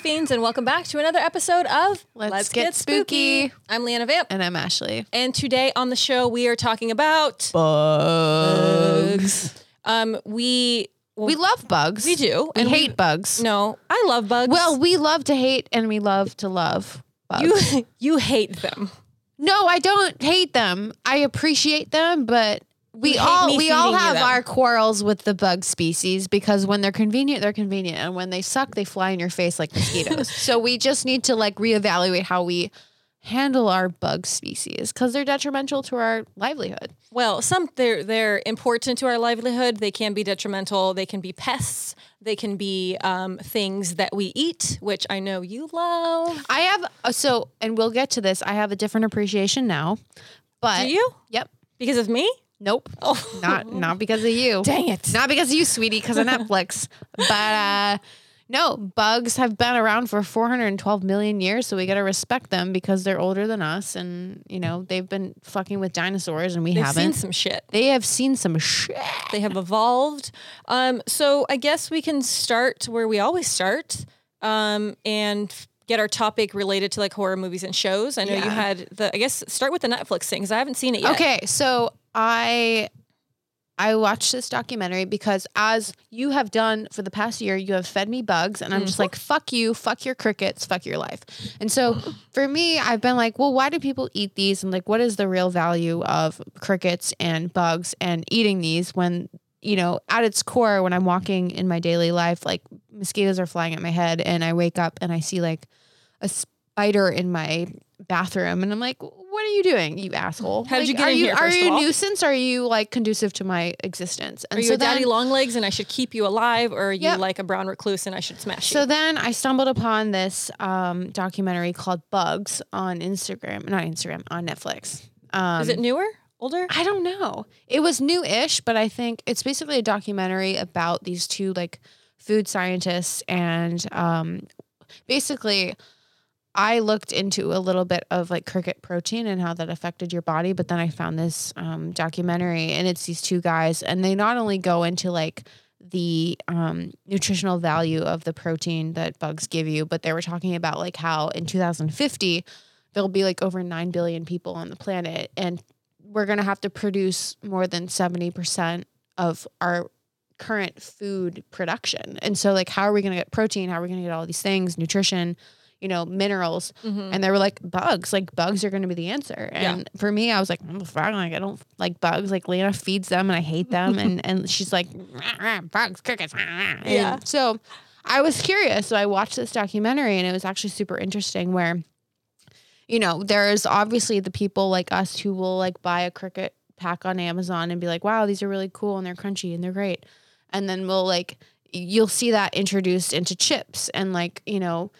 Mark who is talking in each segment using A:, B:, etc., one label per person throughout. A: friends, and welcome back to another episode of
B: Let's Get Spooky.
A: I'm Leanna Vamp,
B: And I'm Ashley.
A: and today on the show we are talking about bugs. Um, we
B: We love bugs.
A: we do,
B: We
A: and we-
B: hate bugs.
A: no, I love bugs.
B: Well, we love to hate and we love to love bugs.
A: you you hate them.
B: no, I don't hate them. I appreciate them, but we
A: hate
B: all
A: me
B: we all
A: feeding you
B: have
A: them.
B: our quarrels with the bug species because when they're convenient, they're convenient, and when they suck, they fly in your face like mosquitoes. so we just need to like reevaluate how we handle our bug species because they're detrimental to our livelihood.
A: Well, some they're they're important to our livelihood. They can be detrimental. They can be pests. They can be um, things that we eat, which I know you love.
B: I have uh, so, and we'll get to this. I have a different appreciation now, but
A: Do you?
B: Yep.
A: Because of me?
B: Nope.
A: Oh,
B: Not not because of you.
A: dang it!
B: Not because of you, sweetie, because of Netflix. But uh, no, bugs have been around for 412 million years, so we got to respect them because they're older than us, and you know they've been fucking with dinosaurs, and we
A: They've seen
B: haven't.
A: some shit.
B: they have seen some shit.
A: They have evolved. Um, so I guess we can start where we always start um, and f- get our topic related to like horror movies and shows. I know you
B: Yeah.
A: had the, I guess, start with the Netflix thing because I haven't seen it yet.
B: Okay, so I I watched this documentary because as you have done for the past year, you have fed me bugs and I'm just like fuck you, fuck your crickets, fuck your life. And so for me, I've been like, well, why do people eat these and like what is the real value of crickets and bugs and eating these when you know, at its core when I'm walking in my daily life, like mosquitoes are flying at my head and I wake up and I see like a spider in my bathroom and I'm like, what are you doing, you asshole?
A: How did
B: Like,
A: you get
B: are
A: in
B: you,
A: here,
B: Are
A: first of
B: you a
A: all?
B: nuisance? Are you like conducive to my existence? And
A: Are you
B: so
A: a daddy
B: then,
A: long legs and I should keep you alive, or are you
B: Yep.
A: like a brown recluse and I should smash
B: so
A: you?
B: then I stumbled upon this um, documentary called Bugs on Instagram, not Instagram, on Netflix. Um,
A: Is it newer, older?
B: I don't know. It was new-ish, but I think it's basically a documentary about these two like food scientists and um basically I looked into a little bit of like cricket protein and how that affected your body, but then I found this um documentary and it's these two guys and they not only go into like the um, nutritional value of the protein that bugs give you, but they were talking about like how in 2050 there'll be like over 9 billion people on the planet and we're going to have to produce more than 70% of our current food production and so like how are we going to get protein how are we going to get all these things nutrition you know minerals
A: Mhm.
B: and they were like bugs like bugs are going to be the answer
A: Yeah.
B: and for me i was like "Mm, fuck, like i don't like bugs like lena feeds them and i hate them and and she's like "Rah, rah, bugs crickets rah, rah." And
A: Yeah.
B: so i was curious so i watched this documentary and it was actually super interesting where you know, there's obviously the people like us who will like buy a cricket pack on Amazon and be like, wow, these are really cool and they're crunchy and they're great. And then we'll like, you'll see that introduced into chips and like, you know,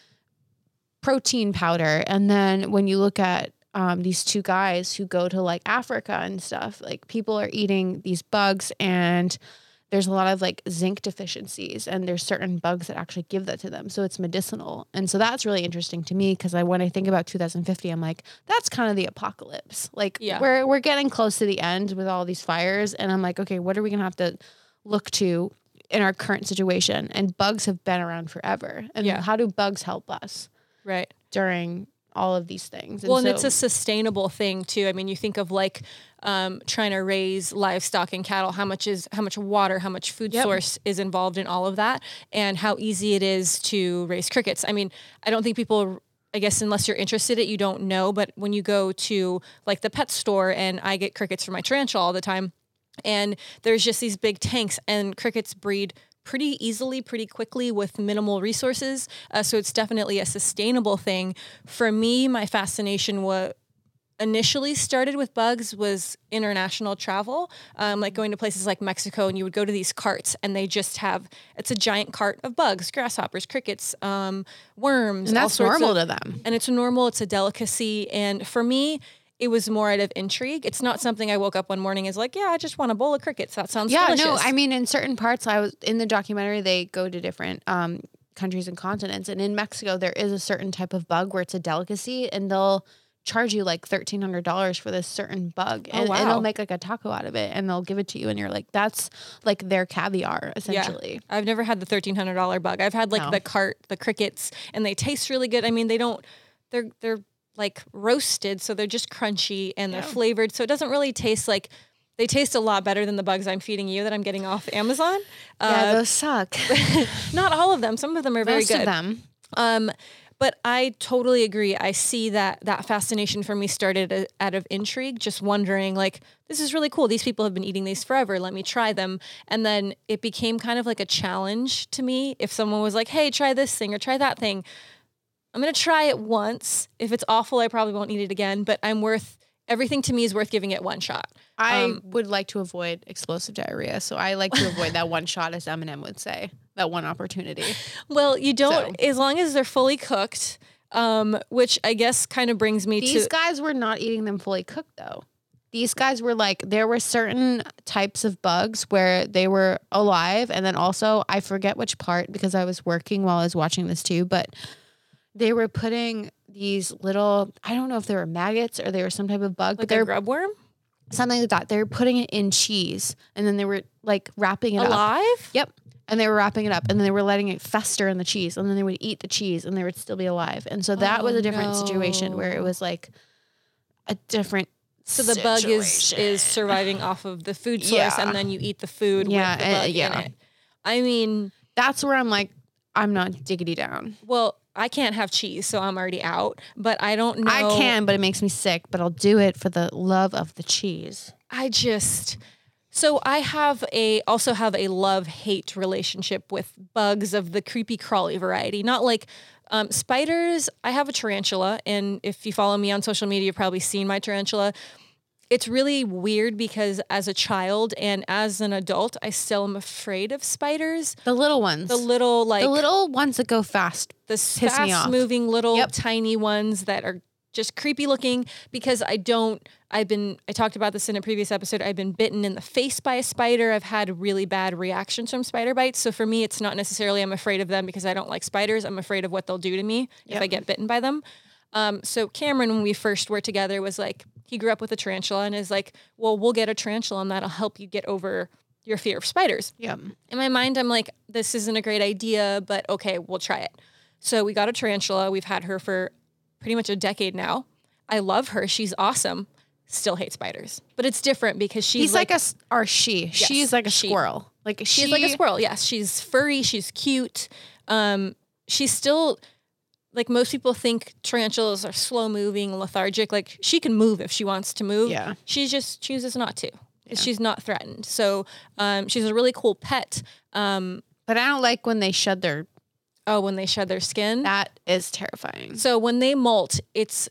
B: protein powder. And then when you look at um, these two guys who go to like Africa and stuff, like people are eating these bugs and there's a lot of like zinc deficiencies and there's certain bugs that actually give that to them. So it's medicinal. And so that's really interesting to me because I when I think about 2050, I'm like, that's kind of the apocalypse. Like
A: Yeah.
B: we're we're getting close to the end with all these fires. And I'm like, okay, what are we gonna have to look to in our current situation? And bugs have been around forever. And
A: Yeah.
B: how do bugs help us?
A: Right.
B: during all of these things.
A: Well, and
B: so-
A: it's a sustainable thing too. I mean, you think of like um, trying to raise livestock and cattle. How much is how much water, how much food source is involved in all of that, and how easy it is to raise crickets. I mean, I don't think people. I guess unless you're interested in it, you don't know. But when you go to like the pet store, and I get crickets for my tarantula all the time, and there's just these big tanks, and crickets breed pretty easily, pretty quickly with minimal resources. Uh, so it's definitely a sustainable thing. For me, my fascination was initially started with bugs was international travel, um, like going to places like Mexico, and you would go to these carts, and they just have it's a giant cart of bugs, grasshoppers, crickets, um, worms,
B: and
A: all
B: that's
A: sorts of-
B: normal to them.
A: and it's normal it's a delicacy and for me it was more out of intrigue it's not something i woke up one morning is like yeah i just want a bowl of crickets that sounds
B: Yeah,
A: delicious.
B: no, I mean, in certain parts, I was in the documentary. They go to different um, countries and continents, and in Mexico, there is a certain type of bug where it's a delicacy, and they'll charge you like thirteen hundred dollars for this certain bug,
A: Oh,
B: and,
A: wow.
B: and they'll make like a taco out of it, and they'll give it to you, and you're like, that's like their caviar essentially.
A: I've never had the thirteen hundred dollar bug. I've had like
B: No.
A: the cart, the crickets, and they taste really good. I mean, they don't. They're they're like roasted, so they're just crunchy and they're
B: Yeah.
A: flavored. So it doesn't really taste like. They taste a lot better than the bugs I'm feeding you that I'm getting off Amazon.
B: Yeah,
A: Uh,
B: those suck.
A: not all of them. Some of them are very
B: Most
A: good.
B: of them.
A: Um, but I totally agree. I see that that fascination for me started a, out of intrigue, just wondering like, this is really cool. These people have been eating these forever. Let me try them. And then it became kind of like a challenge to me. If someone was like, hey, try this thing or try that thing, I'm going to try it once. If it's awful, I probably won't eat it again, but I'm worth everything to me is worth giving it one shot.
B: I
A: Um,
B: would like to avoid explosive diarrhea, so I like to avoid that one shot, as Eminem would say, that one opportunity.
A: Well, you don't, as long as they're fully cooked, um, which I guess kind of brings me
B: These
A: to.
B: guys were not eating them fully cooked, though. These guys were like, there were certain types of bugs where they were alive, and then also I forget which part because I was working while I was watching this too, but they were putting these little I don't know if they were maggots or they were some type of bug, but
A: Like
B: they
A: a
B: were
A: grub worm?
B: something like that. They were putting it in cheese, and then they were like wrapping it up.
A: Alive?
B: Yep. And they were wrapping it up and then they were letting it fester in the cheese and then they would eat the cheese and they would still be alive. And so that was
A: Oh,
B: a different situation where
A: no.
B: it was like a different
A: So the bug is
B: situation.
A: is surviving off of the food source,
B: Yeah.
A: and then you eat the food
B: Yeah,
A: with the
B: uh,
A: bug
B: yeah.
A: in it. I mean,
B: That's where I'm like I'm not diggity down.
A: well, I can't have cheese, so I'm already out. But I don't know.
B: I can, but it makes me sick, but I'll do it for the love of the cheese.
A: I just. So I have a also have a love hate relationship with bugs of the creepy crawly variety. Not like um, spiders. I have a tarantula, and if you follow me on social media, you've probably seen my tarantula. it's really weird because as a child and as an adult, I still am afraid of spiders.
B: The little ones.
A: The little like
B: the
A: the,
B: little ones that go fast. me off.
A: fast moving little
B: Yep.
A: tiny ones that are just creepy looking because I don't I've been I talked about this in a previous episode. I've been bitten in the face by a spider. I've had really bad reactions from spider bites. So for me it's not necessarily I'm afraid of them because I don't like spiders. I'm afraid of what they'll do to me if
B: Yep.
A: I get bitten by them. Um, so Cameron, when we first were together, was like he grew up with a tarantula and is like, well, we'll get a tarantula and that'll help you get over your fear of spiders.
B: Yep.
A: In my mind, I'm like, this isn't a great idea, but okay, we'll try it. So we got a tarantula. We've had her for pretty much a decade now. I love her. She's awesome. Still hate spiders, but it's different because she's
B: He's like, a s- or she. she's like a
A: she.
B: squirrel. Like
A: She's
B: she-
A: like a squirrel. Yes, she's furry. She's cute. Um, she's still like most people think tarantulas are slow moving, lethargic. Like she can move if she wants to move.
B: Yeah.
A: she just chooses not to. She's not threatened. So um, she's a really cool pet. Um,
B: But I don't like when they shed their
A: oh, when they shed their skin,
B: that is terrifying.
A: So when they molt, it's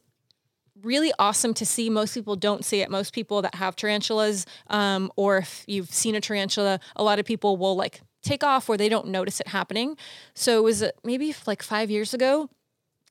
A: really awesome to see. Most people don't see it. Most people that have tarantulas, um, or if you've seen a tarantula, a lot of people will like take off or they don't notice it happening. So it was uh, maybe like five years ago.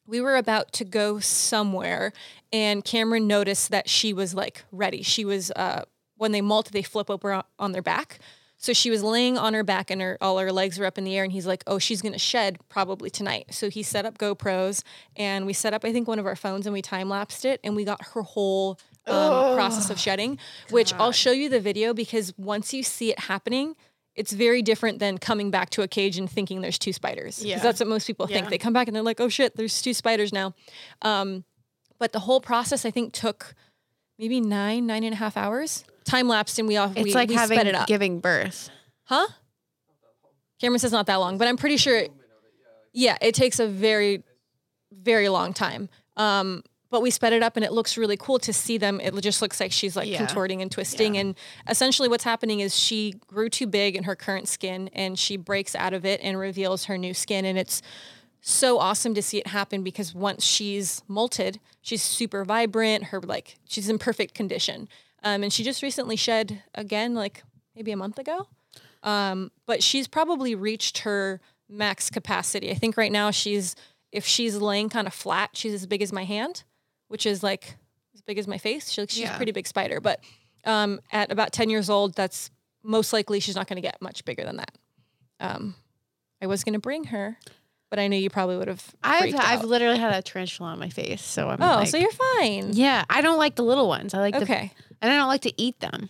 A: We were about to go somewhere, and Cameron noticed that she was like ready. She was uh, when they molt, they flip over on- on their back. So she was laying on her back and her all her legs were up in the air and he's like, "Oh, she's going to shed probably tonight." So he set up GoPros and we set up I think one of our phones and we time-lapsed it and we got her whole um, process of shedding, which I'll show you the video because once you see it happening, it's very different than coming back to a cage and thinking there's two spiders. Because
B: Yeah.
A: that's what most people think.
B: Yeah.
A: They come back and they're like, "Oh shit, there's two spiders now." Um, but the whole process I think took maybe nine, nine and a half hours. Time lapsed and we off.
B: It's
A: we,
B: like
A: we
B: having
A: sped it up.
B: giving birth.
A: Huh? Cameron says not that long, but I'm pretty sure. It, yeah, it takes a very, very long time. Um, but we sped it up, and it looks really cool to see them. It just looks like she's like
B: Yeah.
A: contorting and twisting, and essentially what's happening is she grew too big in her current skin, and she breaks out of it and reveals her new skin, and it's so awesome to see it happen because once she's molted, she's super vibrant. Her like she's in perfect condition, um, and she just recently shed again, like maybe a month ago. Um, but she's probably reached her max capacity. I think right now she's, if she's laying kind of flat, she's as big as my hand, which is like as big as my face. She, she's
B: Yeah.
A: a pretty big spider. But um, at about 10 years old, that's most likely she's not going to get much bigger than that. Um, I was going to bring her, But I know you probably would have.
B: I've
A: freaked
B: I've
A: out.
B: literally had a tarantula on my face, so I'm.
A: oh,
B: like,
A: so you're fine.
B: Yeah, I don't like the little ones. I like the
A: okay.
B: and I don't like to eat them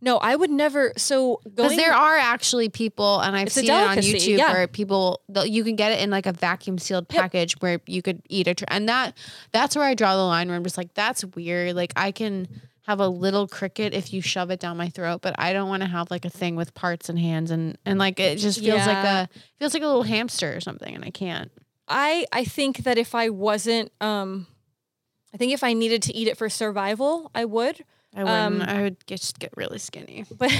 A: No, I would never. So
B: because
A: going
B: there are actually people, and I've
A: It's a
B: seen it on
A: delicacy,
B: YouTube
A: yeah.
B: where people the- you can get it in like a vacuum sealed
A: Yep.
B: package where you could eat a tr- and that that's where I draw the line where I'm just like that's weird. Like I can have a little cricket if you shove it down my throat, but I don't want to have like a thing with parts and hands and and like it just feels like
A: Yeah.
B: a feels like a little hamster or something, and I can't.
A: I I think that if I wasn't, um, I think if I needed to eat it for survival, I would.
B: I
A: Um,
B: wouldn't. I would get, just get really skinny.
A: But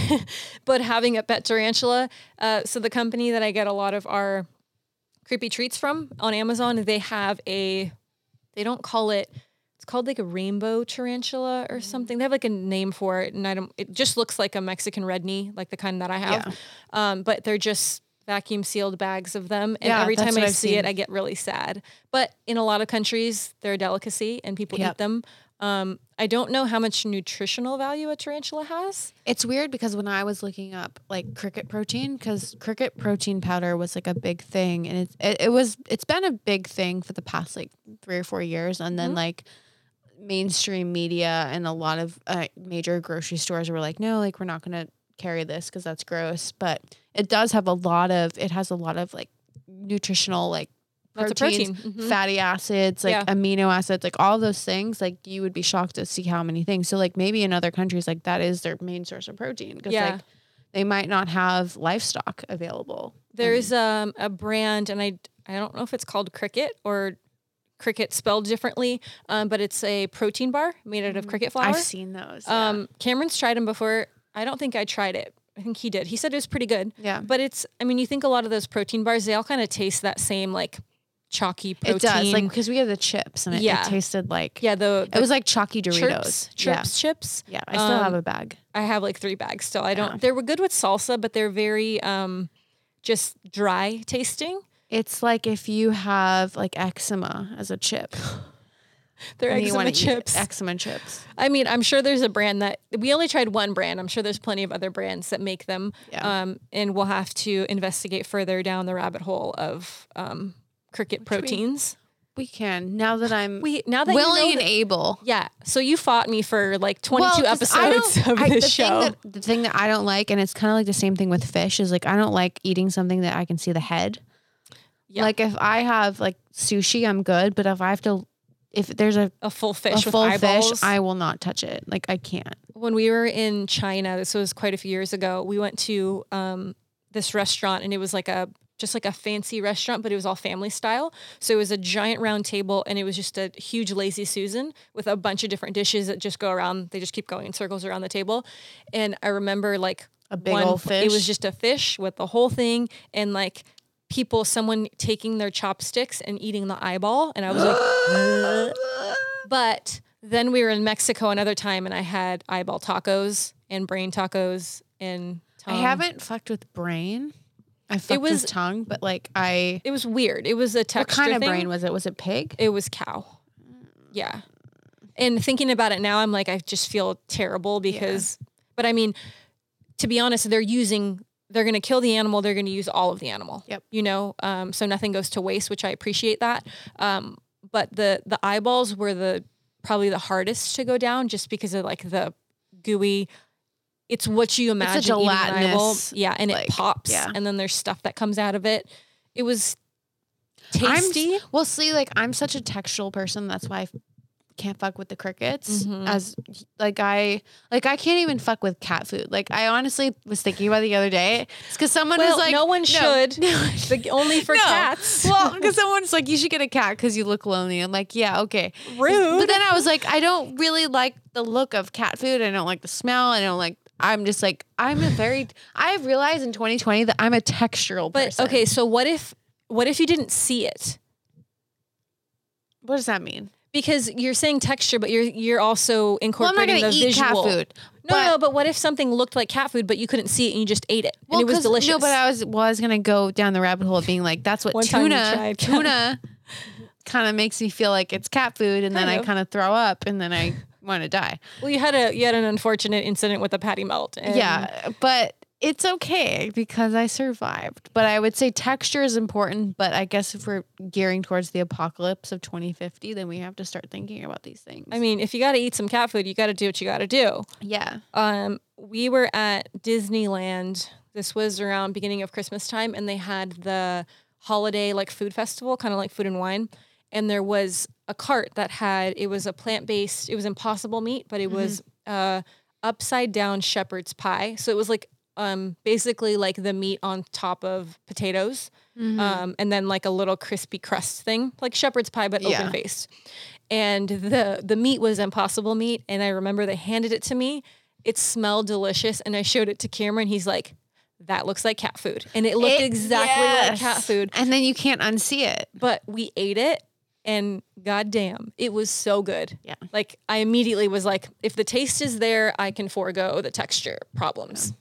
A: but having a pet tarantula, uh, so the company that I get a lot of our creepy treats from on Amazon, they have a, they don't call it. It's called like a rainbow tarantula
B: Mm-hmm.
A: or something. They have like a name for it, and I don't. It just looks like a Mexican red knee, like the kind that I have. Um, but they're just vacuum sealed bags of them, and
B: Yeah,
A: every
B: that's
A: time
B: what
A: I
B: I've
A: see
B: seen.
A: it, I get really sad. But in a lot of countries, they're a delicacy, and people
B: Yep.
A: eat them. Um, I don't know how much nutritional value a tarantula has.
B: It's weird because when I was looking up like cricket protein, because cricket protein powder was like a big thing, and it's it, it was it's been a big thing for the past like three or four years, and then
A: Mhm.
B: like mainstream media and a lot of uh, major grocery stores were like, no, like we're not gonna carry this because that's gross, but it does have a lot of it has a lot of like nutritional like
A: That's a
B: proteins,
A: protein. Mhm.
B: fatty acids, like
A: Yeah.
B: amino acids, like all those things, like you would be shocked to see how many things. So like maybe in other countries, like that is their main source of protein because
A: Yeah.
B: like they might not have livestock available.
A: There's um, a brand, and I I don't know if it's called Cricket or Cricket spelled differently, um, but it's a protein bar made out of cricket flour.
B: Mm-hmm. I've seen those. yeah.
A: Um, Cameron's tried them before. I don't think I tried it. I think he did. He said it was pretty good.
B: yeah.
A: But it's, I mean, you think a lot of those protein bars, they all kind of taste that same like chalky protein.
B: It does like because we had the chips and it, it
A: Yeah.
B: tasted like
A: yeah, the,
B: it was like chalky
A: the
B: Doritos.
A: chirps, chirps chips.
B: Yeah, yeah. I still have
A: Um,
B: a bag.
A: I have like three bags still. I
B: Yeah.
A: don't, they were good with salsa, but they're very um, just dry tasting.
B: It's like if you have like eczema as a chip,
A: They're
B: and you wanna
A: eczema
B: eat
A: chips.
B: eczema chips.
A: I mean, I'm sure there's a brand that we only tried one brand. I'm sure there's plenty of other brands that make them.
B: Yeah.
A: Um, and we'll have to investigate further down the rabbit hole of um, cricket
B: we-
A: proteins.
B: We can now that I'm
A: We, now that
B: willing
A: you know
B: and
A: that-
B: able.
A: yeah, so you fought me for like 22
B: Well, 'cause I
A: episodes
B: don't-
A: of
B: I-
A: this
B: the
A: show.
B: Thing that, the thing that I don't like, and it's kind of like the same thing with fish, is like I don't like eating something that I can see the head.
A: Yeah.
B: Like if I have like sushi, I'm good, but if I have to, if there's a,
A: a full
B: a
A: fish with
B: full fish,
A: eyeballs.
B: I will not touch it. Like I can't.
A: when we were in China, this was quite a few years ago, we went to um, this restaurant and it was like a just like a fancy restaurant, but it was all family style. So it was a giant round table and it was just a huge lazy Susan with a bunch of different dishes that just go around. They just keep going in circles around the table. And I remember like
B: A big old
A: It was
B: fish.
A: just a fish with the whole thing and like people, someone taking their chopsticks and eating the eyeball. And I was like, but then we were in Mexico another time, and I had eyeball tacos and brain tacos and tongue.
B: I haven't fucked with brain. I fucked
A: Um, was-
B: with tongue, but like I.
A: It was weird. It was a
B: What
A: texture
B: kind of
A: thing.
B: brain was it? Was it pig?
A: It was cow. Yeah. And thinking about it now, I'm like, I just feel terrible because. But I mean, to be honest, they're using. They're going to kill the animal. They're going to use all of the animal.
B: Yep.
A: You know, um, so nothing goes to waste, which I appreciate that. Um, but the the eyeballs were the probably the hardest to go down, just because of like the gooey. It's what you imagine. eating an eyeball.
B: gelatinous,
A: Yeah, and
B: like,
A: it pops.
B: yeah.
A: And then there's stuff that comes out of it. It was
B: I'm-
A: tasty.
B: Well, see, like I'm such a textual person. That's why I f- can't fuck with the crickets.
A: Mhm.
B: As like I like I can't even fuck with cat food. Like I honestly was thinking about it the other day. It's because someone
A: well,
B: was like,
A: no one should.
B: no.
A: The, only for
B: No.
A: cats.
B: well, because someone's like, you should get a cat because you look lonely. I'm like, yeah, okay. But then I was like, I don't really like the look of cat food. I don't like the smell. I don't like. I'm just like I'm a very. I've realized in 2020 that I'm a textural
A: but
B: person.
A: okay, so what if what if you didn't see it?
B: what does that mean?
A: Because you're saying texture, but you're you're also
B: Well, I'm not
A: incorporating
B: gonna
A: the
B: eat
A: visual.
B: cat food.
A: No,
B: but-
A: no, but what if something looked like cat food, but you couldn't see it and you just ate it and it was
B: 'cause-
A: delicious?
B: No, but uh, I was well, I was gonna go down the rabbit hole of being like, that's what
A: One time we
B: tuna
A: tried.
B: tuna kind of makes me feel like it's cat food, and then
A: Kind
B: I
A: of.
B: kind of throw up, and then I want to die.
A: well, you had a you had an unfortunate incident with a patty melt. And
B: yeah, but it's okay because I survived. But I would say texture is important. But I guess if we're gearing towards the apocalypse of 2050, then we have to start thinking about these things.
A: I mean, if you got to eat some cat food, you got to do what you got to do.
B: yeah.
A: Um, we were at Disneyland. This was around beginning of Christmas time, and they had the holiday like food festival, kind of like food and wine. And there was a cart that had it was a plant based. It was impossible meat, but it was uh, upside down shepherd's pie. So it was like um, basically like the meat on top of potatoes, um, and then like a little crispy crust thing, like shepherd's pie but
B: Yeah.
A: open faced. And the the meat was impossible meat, and I remember they handed it to me. It smelled delicious, and I showed it to Cameron. He's like, "That looks like cat food," and it looked
B: It-
A: exactly like
B: yes.
A: cat food.
B: And then you can't unsee it.
A: But we ate it, and goddamn, it was so good.
B: Yeah.
A: Like I immediately was like, "If the taste is there, I can forego the texture problems."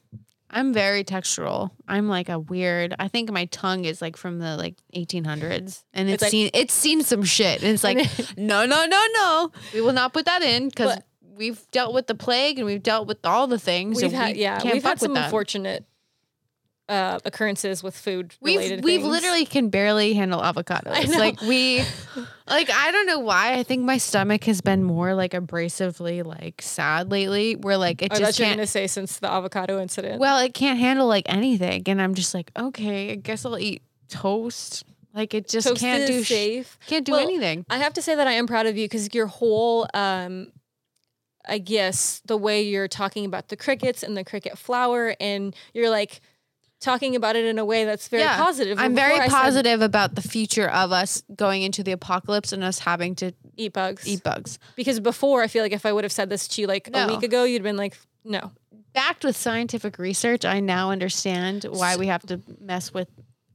B: I'm very textural. I'm like a weird. I think my tongue is like from the like 1800s, and it's,
A: It's like-
B: seen it's seen some shit. And it's like, no, no, no, no. We will not put that in because
A: But-
B: we've dealt with the plague and we've dealt with all the things.
A: We've
B: and
A: had
B: we
A: yeah,
B: can't
A: we've
B: fuck
A: had some
B: with that.
A: unfortunate uh, occurrences with food
B: We've
A: related.
B: we've
A: things.
B: literally can barely handle avocados.
A: I know.
B: Like we, like I don't know why. I think my stomach has been more like abrasively like sad lately. Where like it
A: Oh,
B: just
A: that's what you're
B: can't
A: gonna say since the avocado incident.
B: Well, it can't handle like anything, and I'm just like, okay, I guess I'll eat toast. Like it just
A: Toast
B: can't
A: is
B: do sh-
A: safe.
B: can't do
A: Well,
B: anything.
A: I have to say that I am proud of you because your whole, um, I guess, the way you're talking about the crickets and the cricket flower, and you're like talking about it in a way that's very positive.
B: I'm
A: And
B: very
A: before I said
B: positive about the future of us going into the apocalypse and us having to
A: eat bugs
B: eat bugs.
A: because before I feel like if I would have said this to you like a
B: No.
A: week ago, you'd been like, no.
B: Backed with scientific research, I now understand why we have to mess with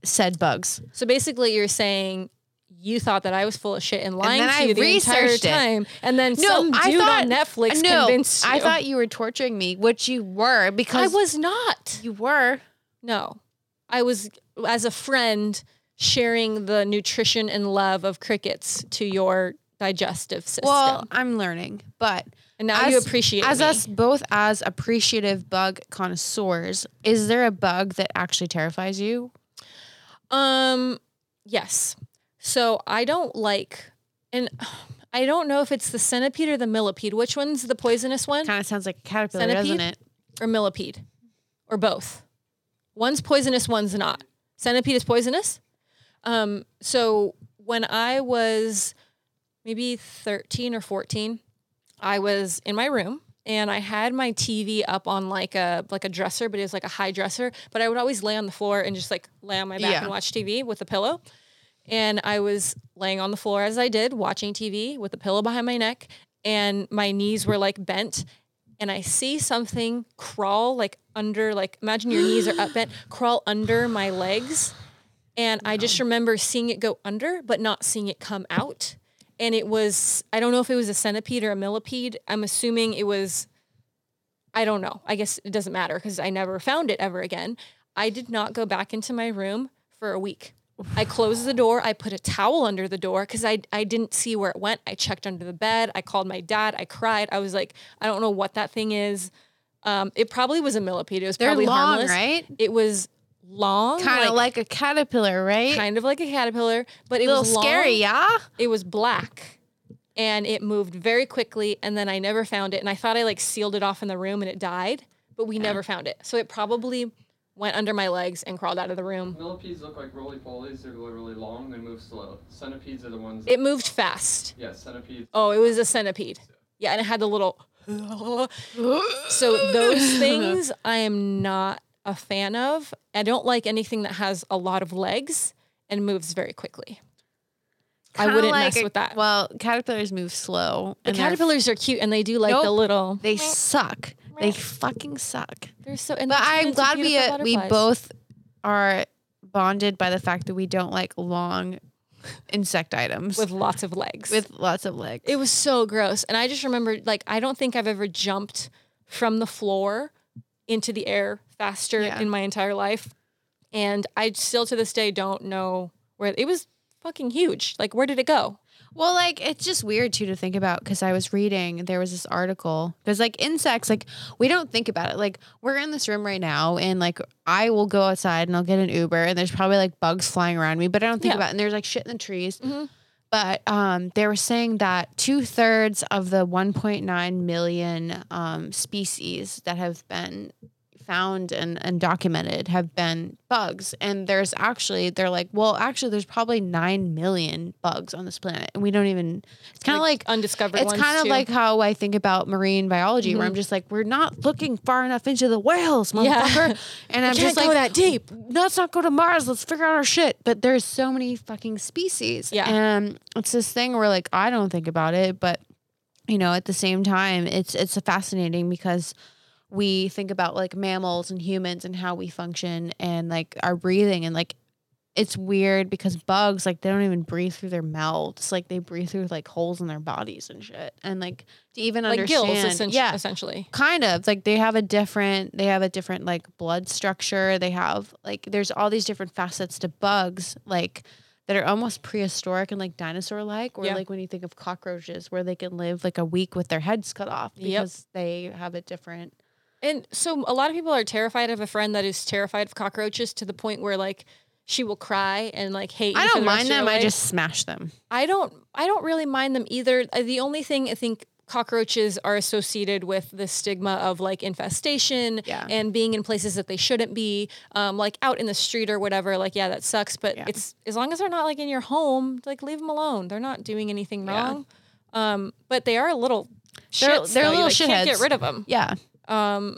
B: said bugs.
A: So basically, you're saying. You thought that I was full of shit and lying
B: then
A: to
B: I
A: you the entire
B: researched it.
A: time, and then some dude on Netflix
B: no,
A: convinced you.
B: I thought you were torturing me, which you were
A: I
B: because
A: was not.
B: you were.
A: No. I was, as a friend, sharing the nutrition and love of crickets to your digestive system.
B: Well, I'm learning, but
A: and now you appreciate
B: as
A: me.
B: us both as appreciative bug connoisseurs is there a bug that actually terrifies you
A: Um, yes. So I don't like, and I don't know if it's the centipede or the millipede. Which one's the poisonous one?
B: kind of sounds like a caterpillar
A: Centipede?
B: doesn't it
A: Or millipede? Or both? One's poisonous, one's not. Centipede is poisonous. Um, so when I was maybe 13 or 14, I was in my room and I had my TV up on like a like a dresser, but it was like a high dresser. But I would always lay on the floor and just like lay on my back
B: Yeah.
A: and watch TV with a pillow. And I was laying on the floor as I did, watching TV with a pillow behind my neck, and my knees were like bent. And I see something crawl like under, like imagine your knees are up bent, crawl under my legs. And I just remember seeing it go under, but not seeing it come out. And it was, I don't know if it was a centipede or a millipede. I'm assuming it was, I don't know. I guess it doesn't matter because I never found it ever again. I did not go back into my room for a week. I closed the door. I put a towel under the door because I, I didn't see where it went. I checked under the bed. I called my dad. I cried. I was like, I don't know what that thing is. Um, it probably was a millipede. It was
B: they're
A: probably
B: long
A: harmless. Oh
B: right
A: It was long,
B: kind of like, a caterpillar right
A: kind of like a caterpillar, but it
B: a little
A: was long,
B: scary yeah
A: It was black, and it moved very quickly. And then I never found it. And I thought I like sealed it off in the room, and it died. But we never found it. So it probably went under my legs and crawled out of the room.
C: Millipedes look like roly polies. They're literally long. They move slow. Centipedes are the ones.
A: It moved fast.
C: yes, centipedes.
A: Oh, it was a centipede. Yeah, and it had the little. so those things I am not a fan of. I don't like anything that has a lot of legs and moves very quickly. I
B: Kinda
A: wouldn't
B: like
A: mess
B: a-
A: with that.
B: well caterpillars move slow
A: The
B: and they're-
A: caterpillars are cute and they do like the
B: Nope.
A: little.
B: they suck they fucking suck
A: They're so. And
B: but
A: they turn
B: i'm
A: into
B: glad we
A: beautiful
B: uh, we
A: butterflies.
B: both are bonded by the fact that we don't like long insect items
A: with lots of legs.
B: with lots of legs
A: it was so gross, and I just remember like I don't think I've ever jumped from the floor into the air faster
B: Yeah.
A: in my entire life, and I still to this day don't know where it was. Fucking huge! Like where did it go?
B: Well, like it's just weird too to think about because I was reading there was this article because like insects like we don't think about it like we're in this room right now and like I will go outside and I'll get an Uber and there's probably like bugs flying around me but I don't think
A: Yeah.
B: about it. and there's like shit in the trees
A: Mhm.
B: but um they were saying that two thirds of the 1.9 million um species that have been found and, and documented have been bugs. And there's actually, they're like, well, actually, there's probably 9 million bugs on this planet. And we don't even, it's kind of like,
A: undiscovered.
B: it's
A: ones,
B: kind of
A: too. Mm-hmm.
B: like how I think about marine biology, where I'm just like, we're not looking far enough into the whales,
A: Yeah.
B: motherfucker. And I'm
A: can't
B: just like,
A: go that deep.
B: let's not go to Mars. Let's figure out our shit. But there's so many fucking species.
A: Yeah.
B: And it's this thing where like I don't think about it, but you know, at the same time, it's it's fascinating because we think about like mammals and humans and how we function and like our breathing and like it's weird because bugs like they don't even breathe through their mouths like they breathe through like holes in their bodies and shit and like to even
A: like
B: understand
A: gills, essen-
B: yeah
A: essentially.
B: kind of like they have a different they have a different like blood structure they have like there's all these different facets to bugs like that are almost prehistoric and like dinosaur like or
A: Yeah.
B: like when you think of cockroaches where they can live like a week with their heads cut off
A: Yep.
B: because they have a different
A: And so a lot of people are terrified of a friend that is terrified of cockroaches to the point where like she will cry and like hate. you
B: i
A: for
B: don't
A: the rest
B: mind
A: of your
B: them i
A: life.
B: just smash them
A: I don't I don't really mind them either. Uh, The only thing I think cockroaches are associated with the stigma of like infestation
B: Yeah.
A: and being in places that they shouldn't be, um, like out in the street or whatever. Like yeah, that sucks, but
B: Yeah.
A: it's as long as they're not like in your home, like leave them alone. They're not doing anything
B: Yeah.
A: wrong. Um, but they are little.
B: They're-
A: shits,
B: they're
A: though.
B: little
A: you, like, Can't get
B: shitheads.
A: rid of them
B: yeah
A: um,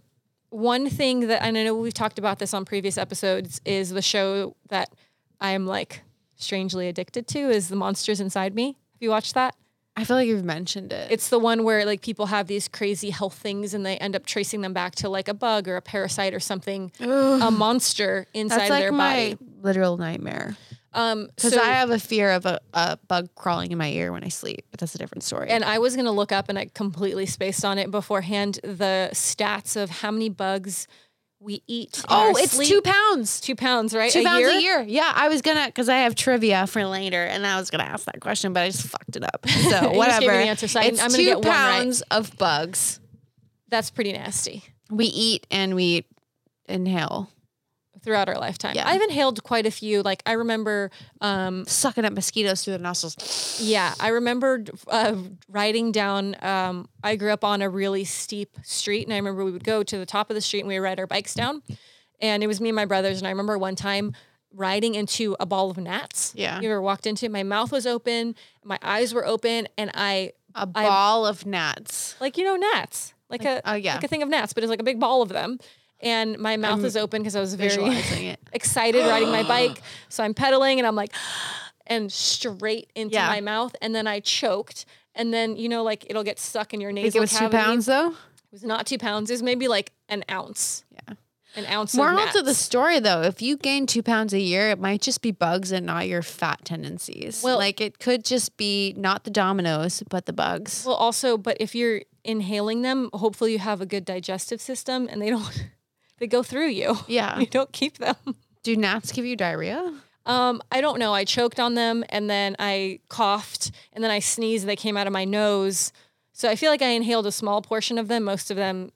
A: one thing that and I know we've talked about this on previous episodes is the show that I'm like strangely addicted to is The Monsters Inside Me. Have you watched that?
B: i feel like you've mentioned it
A: It's the one where like people have these crazy health things and they end up tracing them back to like a bug or a parasite or something, a monster inside of
B: that's like
A: their
B: my
A: body.
B: literal nightmare
A: Um,
B: because
A: so-
B: i have a fear of a, a bug crawling in my ear when i sleep but that's a different story
A: And I was going to look up and I completely spaced on it beforehand the stats of how many bugs we eat. in
B: oh
A: our
B: it's
A: sleep.
B: two pounds
A: two pounds, right?
B: two pounds a year. Yeah, I was gonna because I have trivia for later, and I was gonna ask that question, but I just fucked it up. So
A: You just
B: whatever.
A: gave me the answer, so I-
B: it's
A: I'm gonna
B: two
A: get one right.
B: pounds of bugs
A: That's pretty nasty.
B: we eat and we inhale,
A: throughout our lifetime.
B: Yeah.
A: I've inhaled quite a few. Like I remember, um,
B: sucking up mosquitoes through the nostrils.
A: yeah, I remember uh, riding down. Um, I grew up on a really steep street, and I remember we would go to the top of the street and we would ride our bikes down. And it was me and my brothers. And I remember one time riding into a ball of gnats.
B: Yeah.
A: you ever walked into? it? My mouth was open, my eyes were open, and I
B: A ball of gnats.
A: like you know gnats, like, a
B: oh, yeah.
A: like a thing of gnats, but it's like a big ball of them. And my mouth is open because I was very
B: Visualizing it.
A: excited riding my bike. So I'm pedaling and I'm like, and straight into
B: Yeah.
A: my mouth. And then I choked. And then, you know, like it'll get stuck in your nasal
B: Think it was two
A: cavity.
B: pounds though.
A: It was not two pounds. It was maybe like an ounce.
B: Yeah.
A: An ounce
B: Moral
A: of
B: to the
A: gnats.
B: story though, if you gain two pounds a year, it might just be bugs and not your fat tendencies.
A: Well-
B: like it could just be not the dominoes, but the bugs.
A: Well, also, but if you're inhaling them, hopefully you have a good digestive system and they don't, they go through you.
B: yeah.
A: You don't keep them.
B: Do gnats give you diarrhea?
A: Um, I don't know. I choked on them and then I coughed and then I sneezed. They came out of my nose. So I feel like I inhaled a small portion of them. Most of them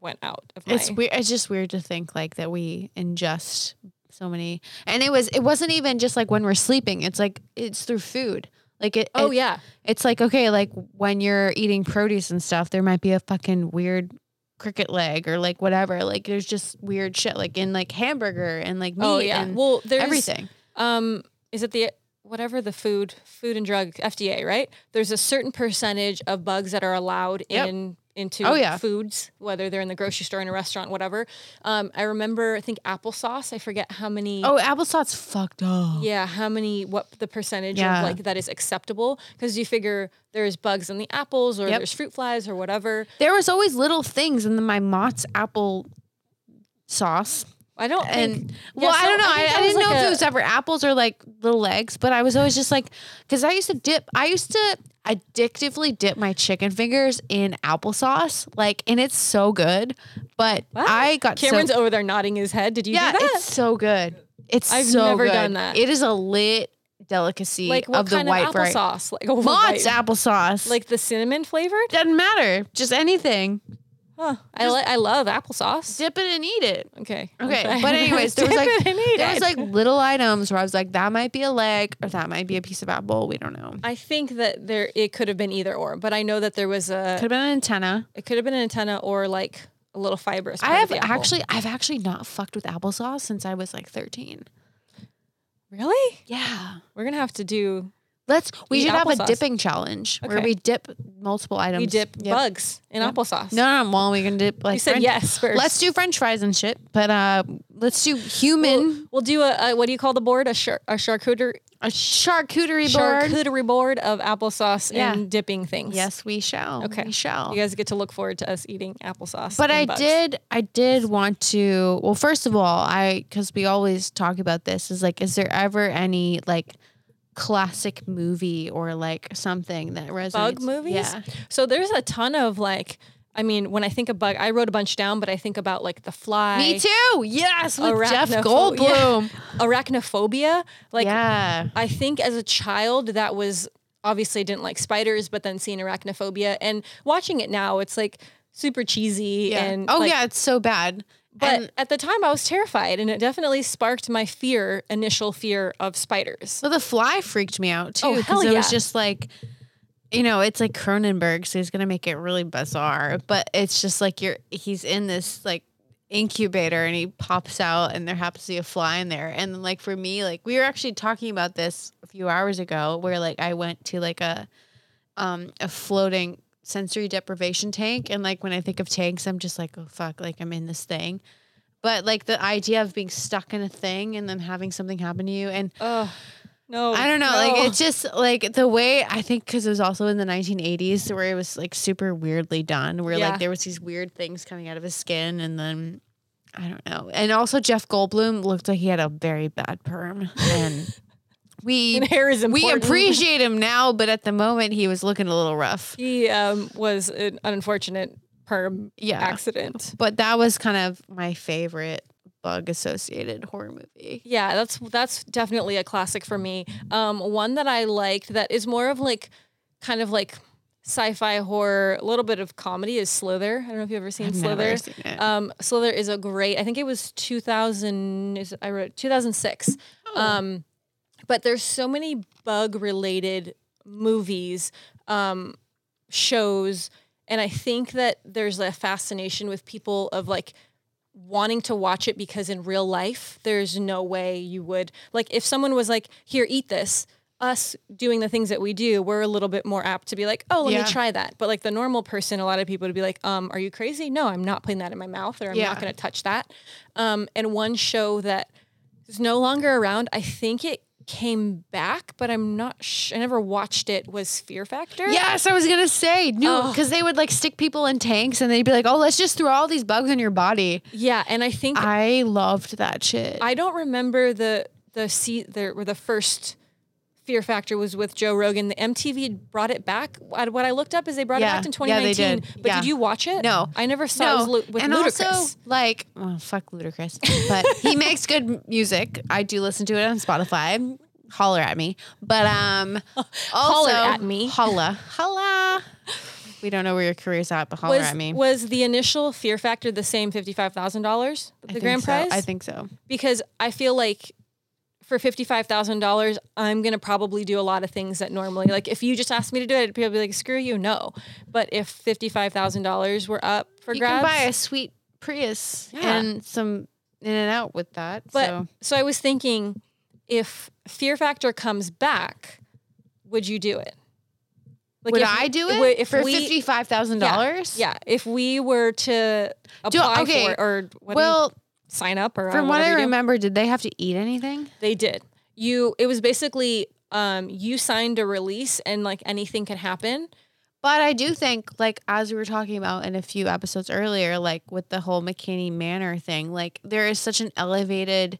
A: went out of my.
B: It's weird. It's just weird to think like that we ingest so many, and it was it wasn't even just like when we're sleeping. It's like it's through food. Like it.
A: oh
B: it-
A: yeah,
B: It's like okay, like when you're eating produce and stuff, there might be a fucking weird cricket leg or like whatever. Like there's just weird shit like in like hamburger and like meat
A: oh yeah.
B: and
A: well, there's
B: everything.
A: Um, is it the whatever the food Food and Drug FDA right? There's a certain percentage of bugs that are allowed
B: Yep.
A: in into
B: Oh, yeah.
A: foods, whether they're in the grocery store, in a restaurant, whatever. Um, I remember, I think applesauce. I forget how many.
B: Oh, applesauce fucked up.
A: Yeah, how many? What the percentage
B: Oh. Yeah.
A: of like that is acceptable? Because you figure there's bugs in the apples, or
B: Yep.
A: there's fruit flies, or whatever.
B: There was always little things in the, my Mott's apple sauce.
A: I don't. think,
B: and
A: Yeah,
B: well,
A: so
B: I don't know.
A: I
B: I,
A: think
B: I,
A: that was
B: didn't
A: like
B: know if
A: a-
B: it was ever apples or like little eggs, but I was always just like, because I used to dip, I used to addictively dip my chicken fingers in applesauce, like, and it's so good. But
A: Wow.
B: I got
A: Cameron's
B: so
A: over there nodding his head. Did you
B: yeah,
A: do that?
B: it's so good. It's
A: I've
B: so
A: never
B: good.
A: done that.
B: It is a lit delicacy
A: Like what
B: of the
A: kind
B: white
A: of
B: variety.
A: applesauce? Like a
B: Lots
A: white,
B: applesauce. Like
A: like the cinnamon flavored?
B: doesn't matter. Just anything.
A: Huh. I li- I love applesauce.
B: Dip it and eat it.
A: Okay.
B: Okay, but anyways, there
A: Dip
B: was, like-
A: it and eat
B: There was
A: it.
B: like little items where I was like, that might be a leg or that might be a piece of apple. We don't know.
A: I think that there it could have been either or, but I know that there was
B: Could
A: a
B: have been an antenna.
A: it could have been an antenna or like a little fibrous.
B: I
A: part of
B: have
A: the apple.
B: actually, I've actually not fucked with applesauce since I was like 13.
A: really.
B: Yeah.
A: We're gonna have to do
B: Let's, we
A: Eat
B: should have a
A: applesauce.
B: dipping challenge where
A: Okay.
B: we dip multiple items.
A: we dip
B: Yep.
A: bugs in
B: Yep.
A: applesauce.
B: No, no, no. Well, we can dip like
A: you said
B: French-
A: yes first.
B: Let's do French fries and shit, but uh, let's do human
A: We'll do a, a what do you call the board? A char- a charcuterie
B: a charcuterie board.
A: charcuterie board of applesauce
B: Yeah.
A: and dipping things.
B: Yes, we shall.
A: Okay.
B: we shall.
A: You guys get to look forward to us eating applesauce.
B: But
A: and
B: I
A: bugs.
B: did, I did want to. Well, first of all, I because we always talk about this is like, is there ever any like classic movie or like something that resonates?
A: bug movies.
B: Yeah.
A: So there's a ton of like, I mean, when I think of bug, I wrote a bunch down, but I think about like the fly,
B: Me too. Yes, with Jeff
A: Arachnopho-
B: Goldblum.
A: arachnophobia. Like
B: yeah.
A: I think as a child that was obviously I didn't like spiders, but then seeing arachnophobia and watching it now, it's like super cheesy
B: Yeah.
A: and
B: oh
A: like,
B: yeah, it's so bad.
A: But
B: And-
A: at the time, I was terrified, and it definitely sparked my fear, initial fear of spiders.
B: Well, the fly freaked me out too.
A: Oh,
B: because
A: hell
B: it was
A: yeah.
B: just like, you know, it's like Cronenberg, so he's gonna make it really bizarre. But it's just like you're he's in this like incubator and he pops out and there happens to be a fly in there. And then like for me, like we were actually talking about this a few hours ago where like I went to like a um a floating sensory deprivation tank and like when I think of tanks I'm just like, oh fuck, like I'm in this thing. But like the idea of being stuck in a thing and then having something happen to you and
A: Oh no!
B: I don't know.
A: no.
B: Like it's just like the way I think because it was also in the 1980s where it was like super weirdly done, where
A: Yeah.
B: like there was these weird things coming out of his skin, and then I don't know. And also Jeff Goldblum looked like he had a very bad perm, and we
A: And hair is
B: we
A: important.
B: appreciate him now, but at the moment he was looking a little rough.
A: He um, was an unfortunate perm
B: Yeah.
A: accident.
B: But that was kind of my favorite bug associated horror movie.
A: Yeah, that's that's definitely a classic for me. Um, one that I liked that is more of like, kind of like sci-fi horror, a little bit of comedy is Slither. I don't know if you've ever seen
B: I've
A: Slither.
B: never seen it.
A: Um, Slither is a great. I think it was 2000. is- I wrote 2006.
B: Oh.
A: Um, but there's so many bug related movies, um, shows, and I think that there's a fascination with people of like wanting to watch it because in real life there's no way you would like if someone was like here eat this us doing the things that we do we're a little bit more apt to be like oh let
B: Yeah.
A: me try that but like the normal person a lot of people would be like um are you crazy no i'm not putting that in my mouth or i'm
B: Yeah.
A: not going to touch that um and one show that is no longer around i think it came back but i'm not sh- i never watched it was fear factor
B: Yes, I was gonna say no,
A: Oh.
B: because they would like stick people in tanks, and they'd be like, "Oh, let's just throw all these bugs in your body."
A: yeah and i think
B: I loved that shit.
A: I don't remember the the se- the where the first Fear Factor was with Joe Rogan. The MTV brought it back. I- What I looked up is they brought
B: Yeah.
A: it back in
B: Yeah, they
A: 2019.
B: did.
A: But
B: Yeah.
A: did you watch it?
B: No.
A: I never saw it. It was Lu- with
B: and
A: Ludacris.
B: also like, oh, fuck Ludacris, but he makes good m- music. I do listen to it on Spotify. Holler at me, but um, also,
A: Holler at me.
B: holla, holla. We don't know where your career's at, but holler
A: was,
B: at me.
A: was the initial Fear Factor the same fifty five thousand dollars?
B: I
A: The
B: think
A: grand
B: so.
A: prize?
B: I think so.
A: because I feel like for fifty five thousand dollars, I'm gonna probably do a lot of things that normally like if you just asked me to do it, I'd probably be like, screw you, no. But if fifty five thousand dollars were up for
B: You
A: grabs,
B: can buy a sweet Prius
A: Yeah.
B: and some in and out with that.
A: But
B: so.
A: so. I was thinking, if Fear Factor comes back, would you do it? Like
B: would
A: if-
B: I do it
A: would- If
B: for
A: we,
B: fifty five thousand dollars?
A: Yeah, if we were to apply
B: okay.
A: for it or what do you-
B: Well,
A: sign up or
B: from what
A: whatever
B: I
A: you do.
B: remember, did they have to eat anything?
A: They did. You. It was basically um, you signed a release and like anything can happen.
B: But I do think, like as we were talking about in a few episodes earlier, like with the whole McKinney Manor thing, like there is such an elevated,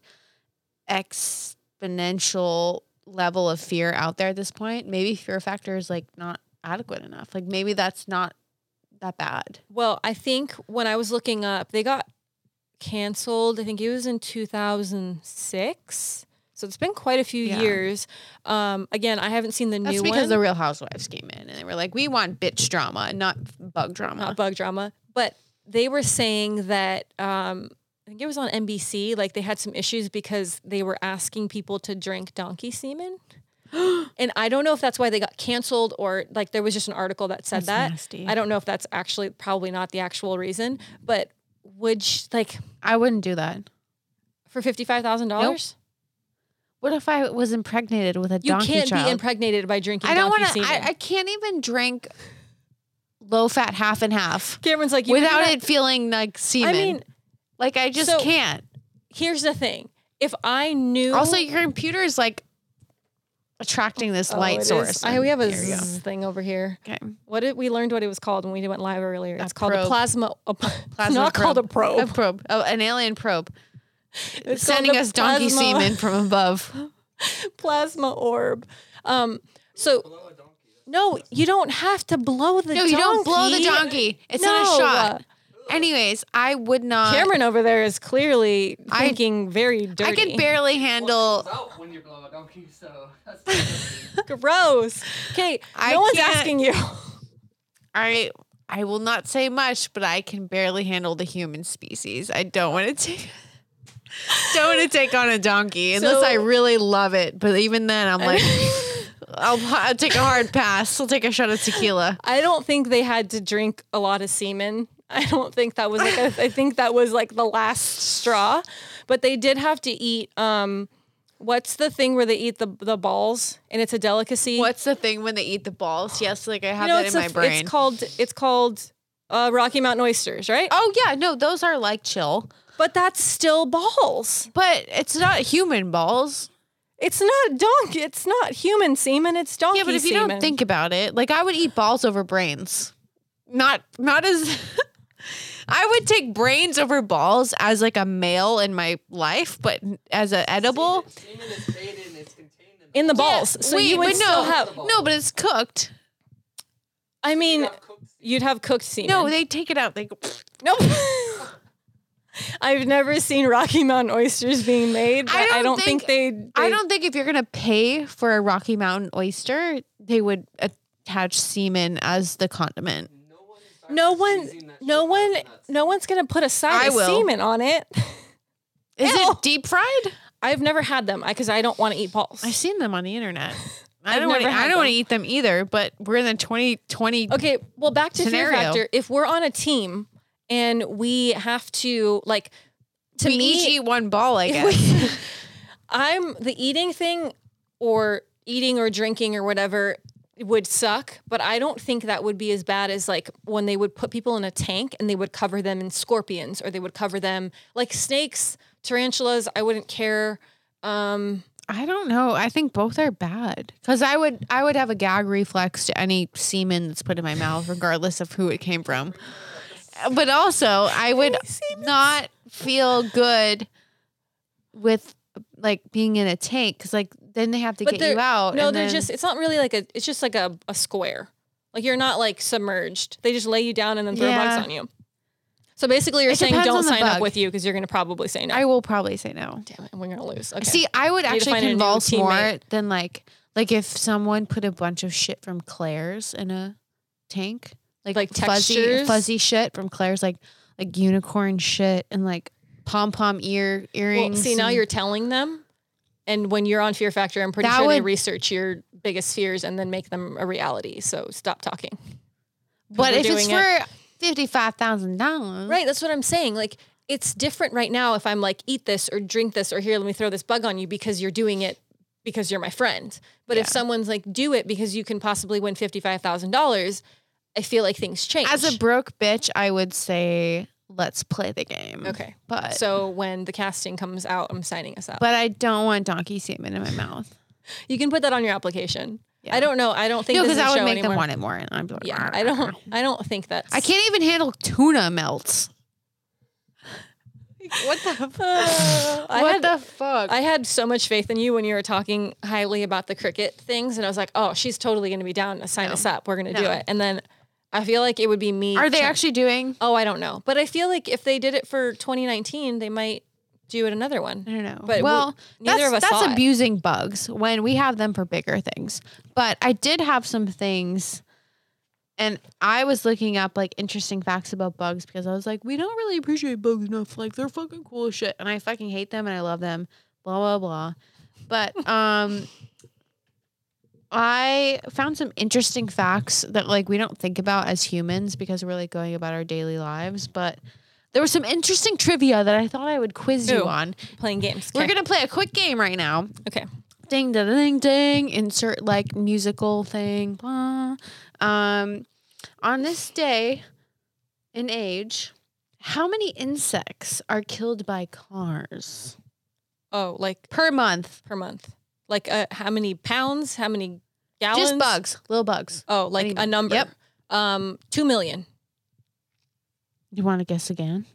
B: exponential level of fear out there at this point. Maybe fear factor is like not adequate enough. Like maybe that's not that bad.
A: Well, I think when I was looking up, they got canceled. I think it was in 2006. So it's been quite a few
B: Yeah.
A: years. Um, again, I haven't seen the
B: That's
A: new
B: because
A: one,
B: the Real Housewives came in and they were like, we want bitch drama, and not bug drama.
A: not bug drama, but they were saying that um, I think it was on NBC. Like they had some issues because they were asking people to drink donkey semen. And I don't know if that's why they got canceled or like there was just an article that said
B: That's
A: that.
B: nasty.
A: I don't know if that's actually probably not the actual reason, but would sh- like
B: I wouldn't do that.
A: for fifty five thousand dollars,
B: What if I was impregnated with a
A: you
B: donkey
A: can't
B: child?
A: be impregnated by drinking.
B: I don't
A: donkey
B: want to.
A: semen.
B: I, I can't even drink low fat half and half
A: Cameron's like you can do
B: without
A: that.
B: it feeling like semen.
A: I mean,
B: like I just
A: so-
B: can't.
A: here's the thing: if I knew,
B: Also, your computer is like attracting this
A: Oh, it
B: light
A: is.
B: source.
A: I, we have a
B: There you go.
A: zzz thing over here.
B: Okay.
A: What did we learned what it was called when we went live earlier? It's called a
B: probe.
A: plasma. A, p- it's
B: Plasma
A: not called a
B: probe.
A: probe.
B: A probe, oh, an alien probe,
A: It's called
B: sending
A: a
B: us donkey
A: plasma-
B: semen from above.
A: Plasma orb. Um. So no, you don't have to blow the.
B: No, you don't blow the
A: donkey.
B: donkey. It's not
A: No.
B: a shot. Anyways, I would not.
A: Cameron over there is clearly
B: I-
A: thinking very dirty.
B: I could barely handle.
C: Well, it comes out when you blow a donkey, so that's not good.
A: Gross. Kate,
B: I
A: no one's
B: can't-
A: asking you.
B: I I will not say much, but I can barely handle the human species. I don't want to take don't want to take on a donkey unless
A: So-
B: I really love it. But even then, I'm like, I'll, I'll take a hard pass. I'll take a shot of tequila.
A: I don't think they had to drink a lot of semen. I don't think that was like a, I think that was like the last straw, but they did have to eat um what's the thing where they eat the the balls and it's a delicacy.
B: What's the thing when they eat the balls? Yes, like I have
A: you know,
B: that
A: it's,
B: in
A: a-
B: my brain.
A: it's called it's called uh, Rocky Mountain oysters, right?
B: oh yeah, no, those are like chill,
A: But that's still balls.
B: but it's not human balls.
A: It's not donkey. It's not human semen. It's donkey
B: Yeah, but if you
A: semen.
B: don't think about it, like I would eat balls over brains. Not not as I would take brains over balls as like a male in my life, but as an edible.
C: Semen is made in, it's contained in
A: in the balls, so
B: Wait,
A: you would
B: but
A: still
B: no,
A: have.
B: no, but it's cooked.
A: I mean,
C: Not cooked
A: you'd have cooked semen.
B: No, they take it out. They go,
A: no. I've never seen Rocky Mountain oysters being made, but I don't, think, they,
B: I
A: they-
B: don't think if you're gonna pay for a Rocky Mountain oyster, they would attach semen as the condiment.
C: semen. No one. is
A: No
C: actually
A: one,
C: seasoning that
A: no
C: shit
A: one,
C: with nuts.
A: no one's gonna put a side
B: I
A: of
B: will.
A: semen on it.
B: Is
A: Ew.
B: it deep fried?
A: I've never had them because I don't want to eat balls.
B: I've seen them on the internet. I
A: I've
B: don't want.
A: never had
B: I don't want to
A: them.
B: eat them either. But we're in the 2020
A: Okay, well, back to
B: Scenario.
A: fear factor. If we're on a team and we have to like,
B: to
A: we
B: me,
A: eat-
B: eat one ball, I
A: If we-
B: guess.
A: I'm the eating thing or eating or drinking or whatever would suck, but I don't think that would be as bad as like when they would put people in a tank and they would cover them in scorpions or they would cover them like snakes, tarantulas, I wouldn't care. Um
B: I don't know. I think both are bad because I would I would have a gag reflex to any semen that's put in my mouth, regardless of who it came from. But also, I would not feel good with like being in a tank because like then they have to
A: But
B: get you
A: they're-
B: out.
A: no,
B: Oh, and
A: they're
B: then-
A: just it's not really like a it's just like a, a square. Like you're not like submerged. They just lay you down and then throw
B: Yeah.
A: bugs on you. So basically you're
B: It
A: saying
B: depends
A: don't
B: on the
A: sign up
B: bug.
A: with you because you're gonna probably say no.
B: I will probably say no.
A: Damn it, we're gonna lose. Okay.
B: See, I would
A: Need to
B: actually
A: find a new
B: convulse more
A: teammate.
B: than like like if someone put a bunch of shit from Claire's in a tank, like
A: Like
B: fuzzy
A: textures?
B: fuzzy shit from Claire's, like like unicorn shit and like pom pom ear earrings.
A: Well, see, now
B: and-
A: you're telling them. And when you're on Fear Factor, I'm pretty
B: That
A: sure they
B: would-
A: research your biggest fears and then make them a reality. So stop talking.
B: but
A: we're
B: if it's
A: doing
B: for fifty five thousand dollars,
A: Right. That's what I'm saying. Like, it's different right now if I'm like, eat this or drink this or here, let me throw this bug on you because you're doing it because you're my friend. But if
B: Yeah.
A: someone's like, do it because you can possibly win $55,000, I feel like things change.
B: As a broke bitch, I would say let's play the game.
A: Okay.
B: but
A: So when the casting comes out, I'm signing us up.
B: but I don't want donkey semen in my mouth.
A: you can put that on your application.
B: Yeah.
A: I don't know. I don't think
B: No,
A: this
B: because
A: is a
B: I would
A: show
B: make
A: anymore.
B: them want it more. And I'm like,
A: yeah, I don't. I don't think that's.
B: I can't even handle tuna melts.
A: What the fuck? I, had,
B: the fuck?
A: I had so much faith in you when you were talking highly about the cricket things, and I was like, oh, she's totally going to be down to sign us up. We're going to do
B: No.
A: it. And then I feel like it would be me.
B: Are they
A: trying-
B: actually doing?
A: Oh, I don't know. But I feel like if they did it for 2019, they might do at another one.
B: I don't know.
A: But we-
B: well,
A: neither
B: that's,
A: of us
B: that's
A: saw it.
B: abusing bugs when we have them for bigger things. But I did have some things, and I was looking up like interesting facts about bugs because I was like, we don't really appreciate bugs enough. Like they're fucking cool as shit, and I fucking hate them and I love them. Blah blah blah. But um, I found some interesting facts that like we don't think about as humans because we're like going about our daily lives, but. There was some interesting trivia that I thought I would quiz you
A: Ooh.
B: on.
A: Playing games.
B: Mm. We're gonna play a quick game right now.
A: Okay.
B: Ding da da, ding ding. Insert like musical thing. Blah. Um, on this day and age, how many insects are killed by cars
A: Oh, like
B: per month?
A: per month. Like uh, how many pounds? How many gallons?
B: Just bugs, little bugs.
A: Oh, like
B: Anyway.
A: a number.
B: Yep.
A: Um, two million.
B: You want to guess again?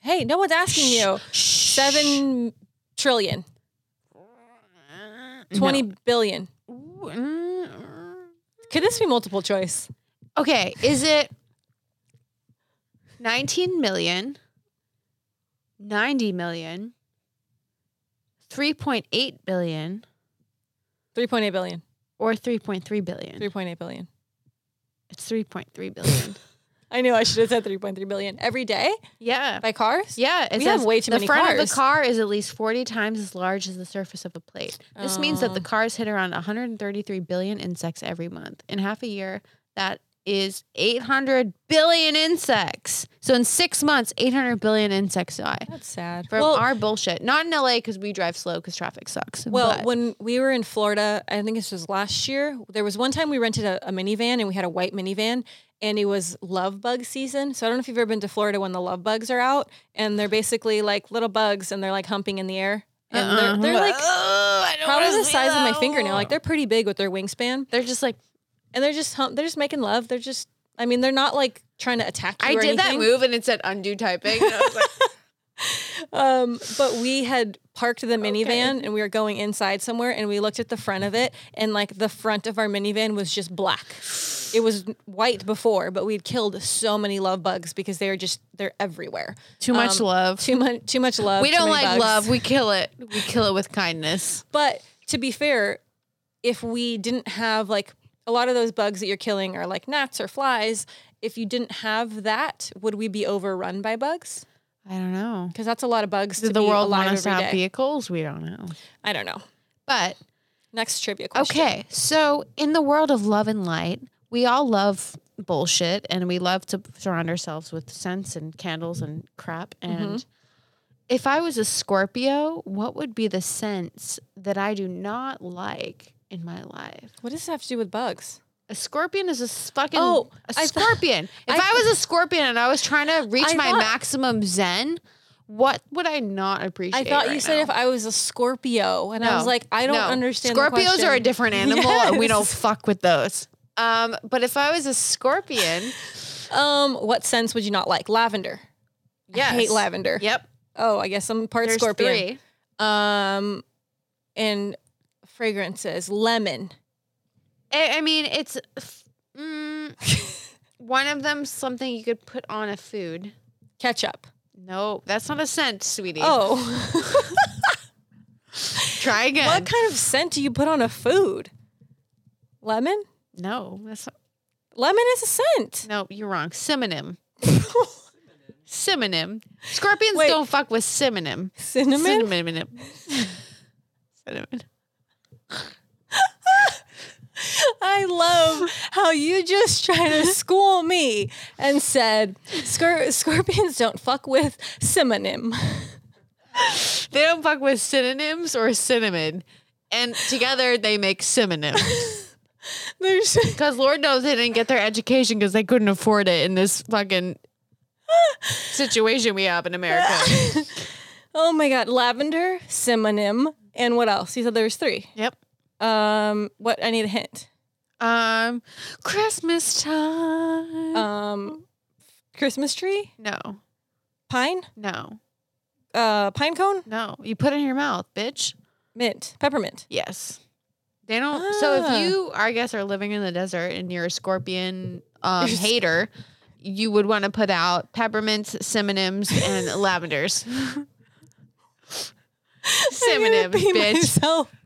A: Hey, no one's asking you. Seven trillion. Twenty billion.
B: mm,
A: Could this be multiple choice?
B: Okay, is it 19 million, 90 million, 3.8 billion,
A: Three point eight billion.
B: or 3.3 billion?
A: Three point eight billion.
B: It's 3.3 billion.
A: I knew I should have said three point three billion every day
B: yeah.
A: by cars.
B: Yeah, it
A: We have
B: says
A: way too
B: the
A: many
B: front of
A: cars.
B: the car is at least 40 times as large as the surface of a plate. This means that the
A: Oh.
B: cars hit around 133 billion insects every month. In half a year, that is 800 billion insects. So in six months, 800 billion insects die
A: That's sad.
B: from
A: well,
B: our bullshit. Not in LA because we drive slow because traffic sucks.
A: well,
B: but-
A: when we were in Florida, I think this was last year. There was one time we rented a, a minivan and we had a white minivan, and it was love bug season. So I don't know if you've ever been to Florida when the love bugs are out, and they're basically like little bugs, and they're like humping in the air, and
B: Uh-uh.
A: they're, they're like
B: "Oh, I don't
A: probably
B: wanna
A: the
B: see
A: size of my
B: that."
A: fingernail. Like they're pretty big with their wingspan,
B: They're just like,
A: and they're just hump- they're just making love. They're just I mean they're not like trying to attack you.
B: I
A: or
B: did that
A: anything.
B: move and it said undo typing. And I was like,
A: Um, but we had parked the minivan and we were going inside somewhere and we looked at the front of it and like the front of our minivan was just black. It was white before, but we'd killed so many love bugs because they are just they're everywhere.
B: too much
A: Um,
B: love.
A: Too much too much love.
B: we
A: too
B: don't
A: many
B: like
A: bugs.
B: love. We kill it. We kill it with kindness.
A: But to be fair, if we didn't have like a lot of those bugs that you're killing are like gnats or flies, if you didn't have that, would we be overrun by bugs?
B: I don't know.
A: Because that's a lot of bugs
B: Did
A: to
B: the
A: be
B: world
A: alive
B: want us to
A: every
B: have
A: day.
B: vehicles? We don't know.
A: I don't know.
B: But
A: Next trivia question.
B: okay, so in the world of love and light, we all love bullshit and we love to surround ourselves with scents and candles and crap.
A: Mm-hmm.
B: And if I was a Scorpio, what would be the scents that I do not like in my life?
A: What does this have to do with bugs?
B: A scorpion is a s- fucking
A: Oh,
B: a
A: I thought-
B: scorpion.
A: I-
B: if I, was a scorpion and I was trying to reach
A: I
B: my
A: thought-
B: maximum zen, what would I not appreciate?
A: I thought you
B: right
A: said
B: now?
A: if I was a Scorpio, and I was
B: No,
A: like, I don't
B: no.
A: understand. the
B: Scorpios are a
A: question.
B: different animal, and we
A: Yes.
B: don't fuck with those. Um, but if I was a scorpion,
A: Um, what sense would you not like? Lavender.
B: yes,
A: I hate lavender.
B: Yep,
A: Oh, I guess I'm part
B: there's
A: Scorpion.
B: three.
A: Um, and fragrances, lemon.
B: I, I mean, it's f- mm, one of them. Something you could put on a food.
A: Ketchup.
B: No, that's not a scent, sweetie.
A: Oh,
B: try again.
A: what kind of scent do you put on a food? Lemon.
B: No, that's
A: Lemon is a scent.
B: no. You're wrong. Synonym. Synonym. Scorpions
A: Wait.
B: don't fuck with synonym.
A: Cinnamon.
B: Cinnamon. Cinnamon.
A: I love how you just try to school me and said Scor- scorpions don't fuck with synonym.
B: They don't fuck with synonyms or cinnamon. And together they make synonym.
A: There's
B: Because Lord knows they didn't get their education because they couldn't afford it in this fucking situation we have in America.
A: oh my god, lavender, synonym, and what else? You said there was three.
B: yep.
A: Um, what? I need a hint.
B: Um, Christmas time.
A: Um, Christmas tree,
B: no,
A: pine,
B: no,
A: uh, pine cone,
B: no. You put it in your mouth, bitch.
A: mint, peppermint.
B: Yes. They don't. So
A: Ah.
B: if you, I guess, are living in the desert and you're a scorpion um,
A: You're s-
B: hater, you would want to put out peppermints, synonyms, and lavenders.
A: I'm gonna
B: Synonyms,
A: pee
B: bitch.
A: myself.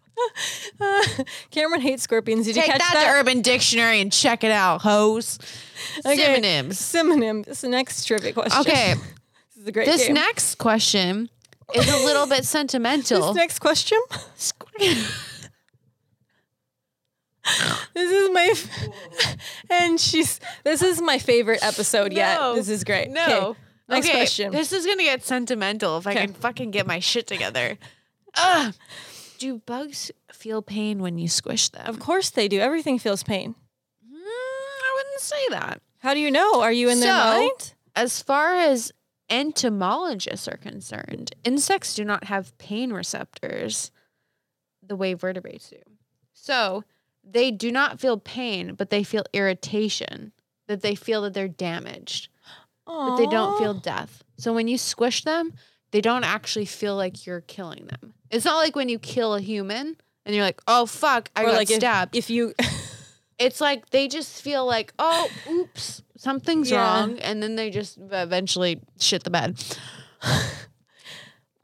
A: Uh, Cameron hates scorpions. Did you
B: Take
A: catch
B: that, to Urban Dictionary and check it out, hoes.
A: Okay.
B: Synonyms.
A: Synonym. This next trivia question.
B: Okay,
A: this is a great
B: this
A: game.
B: next question is a little bit sentimental.
A: This next question. This is my, f- and she's. This is my favorite episode yet.
B: No.
A: This is great. 'Kay.
B: no.
A: Next question.
B: This is gonna get sentimental if I
A: Okay.
B: can fucking get my shit together. Ugh. Do bugs feel pain when you squish them?
A: Of course they do. Everything feels pain.
B: Mm, I wouldn't say that.
A: How do you know? Are you in their
B: So-
A: mind?
B: As far as entomologists are concerned, insects do not have pain receptors the way vertebrates do. So they do not feel pain, but they feel irritation, that they feel that they're damaged, but they don't
A: Aw.
B: feel death. So when you squish them, they don't actually feel like you're killing them. It's not like when you kill a human and you're like, oh fuck, I
A: Or
B: got
A: like if-
B: stabbed.
A: If you
B: it's like they just feel like, oh, oops, something's
A: Yeah.
B: wrong, and then they just eventually shit the bed.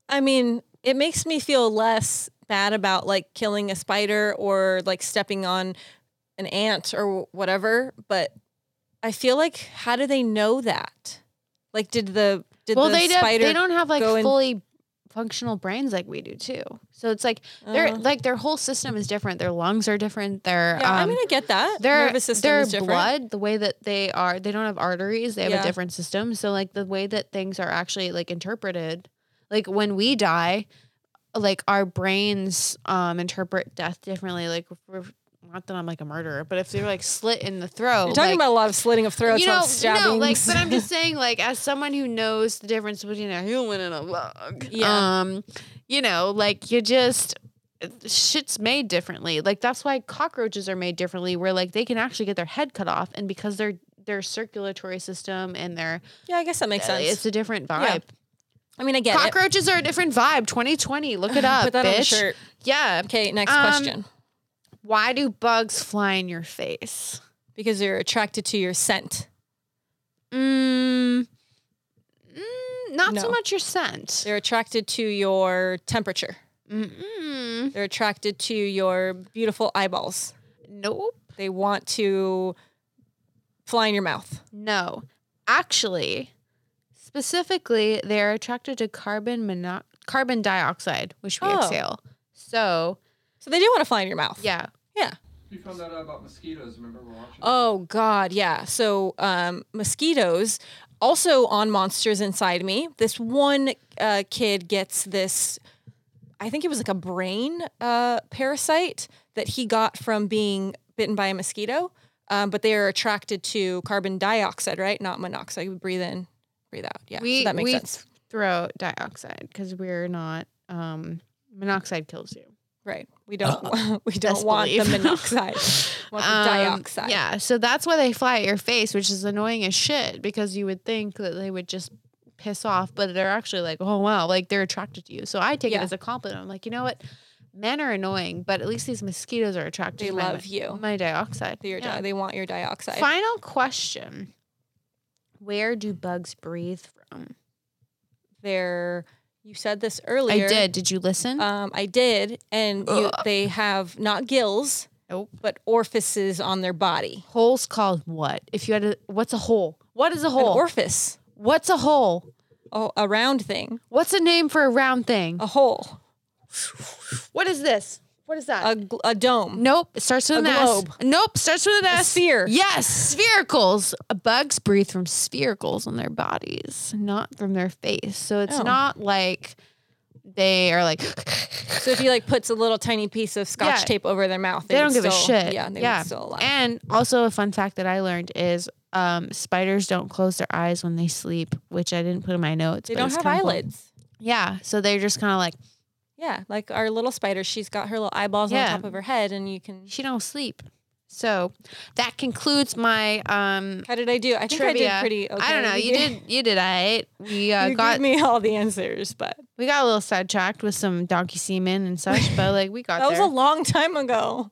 A: I mean, it makes me feel less bad about like killing a spider or like stepping on an ant or whatever, but I feel like how do they know that? Like did the did
B: well,
A: the
B: they don't,
A: spider
B: they don't have like
A: go in-
B: fully functional brains like we do too. So it's like their
A: Uh.
B: like their whole system is different. Their lungs are different. Their
A: Yeah, I
B: um,
A: mean I get that.
B: their
A: nervous system
B: their
A: is different.
B: blood, the way that they are, they don't have arteries. They have
A: Yeah.
B: a different system. So like the way that things are actually like interpreted, like when we die, like our brains um interpret death differently. Like if we're, not that I'm like a murderer, but if they're like slit in the throat,
A: You're talking
B: Oh, like,
A: about a lot of slitting of throats,
B: you
A: a lot
B: know,
A: of stabbings.
B: no, like, but I'm just saying, like, as someone who knows the difference between a human and a log,
A: Yeah.
B: um, you know, like, you just shit's made differently. Like, that's why cockroaches are made differently, where like they can actually get their head cut off, and because their their circulatory system and their
A: yeah, I guess that makes sense.
B: it's a different
A: Yeah,
B: vibe.
A: I mean, I get it.
B: cockroaches are a different vibe. 2020, look it up,
A: Put that
B: bitch.
A: on a shirt.
B: Yeah.
A: Okay, next
B: Um,
A: question.
B: Why do bugs fly in your face?
A: Because you're attracted to your scent.
B: Mm, mm, not so
A: No.
B: much your scent.
A: They're attracted to your temperature.
B: Mm-mm.
A: They're attracted to your beautiful eyeballs.
B: Nope.
A: They want to fly in your mouth.
B: No. Actually, specifically, they are attracted to carbon mono- carbon dioxide, which we
A: Oh.
B: exhale. So,
A: So they do want to fly in your mouth.
B: yeah.
C: You found that out about mosquitoes. Remember, we're watching.
A: Oh God, yeah. So um, mosquitoes also on monsters inside me. This one uh, kid gets this. I think it was like a brain uh, parasite that he got from being bitten by a mosquito. Um, but they are attracted to carbon dioxide, right? Not monoxide. We breathe in, breathe out. Yeah, so
B: We-
A: that makes
B: we-
A: sense,
B: Throat dioxide, because we're not, um, monoxide kills you.
A: right? We don't we don't
B: Uh, Best
A: want the
B: believe.
A: monoxide, We want the
B: Um,
A: dioxide.
B: Yeah. So that's why they fly at your face, which is annoying as shit because you would think that they would just piss off, but they're actually like, oh, wow, like they're attracted to you. So I take
A: Yeah.
B: it as a compliment. I'm like, you know what? Men are annoying, but at least these mosquitoes are attracted
A: They
B: to
A: love
B: my,
A: you.
B: My dioxide.
A: They, are di-
B: Yeah.
A: they want your dioxide.
B: Final question Where do bugs breathe from?
A: They're you said this earlier.
B: I did. Did you listen?
A: Um, I did, and you, they have not gills,
B: Nope.
A: but orifices on their body.
B: Holes called what? If you had a, what's a hole? What is a
A: An
B: hole?
A: orifice,
B: what's a hole?
A: oh, a round thing,
B: What's a name for a round thing?
A: a hole,
B: What is this? What is that?
A: a, gl- a dome.
B: Nope, it starts with
A: A
B: an
A: globe.
B: S. Nope, starts with an
A: A
B: S.
A: sphere.
B: Yes, sphericals. Uh, Bugs breathe from sphericals on their bodies, not from their face. So it's
A: Oh.
B: not like they are like
A: So if you like puts a little tiny piece of scotch
B: Yeah.
A: tape over their mouth,
B: they, don't give a
A: still-
B: shit.
A: Yeah, they would still alive.
B: And also a fun fact that I learned is um, spiders don't close their eyes when they sleep, which I didn't put in my notes.
A: they
B: but
A: don't
B: it's
A: have
B: kinda cool.
A: eyelids.
B: Yeah, so they're just kind of like
A: Yeah, like our little spider, she's got her little eyeballs
B: Yeah.
A: on top of her head, and you can.
B: she don't sleep. So that concludes my um,
A: How did I do? I think I
B: Trivia.
A: did pretty. Okay.
B: uh, I don't know. You did. You did. I We uh,
A: you
B: got
A: gave me all the answers, but
B: we got a little sidetracked with some donkey semen and such, but like we got
A: that was
B: there.
A: a long time ago.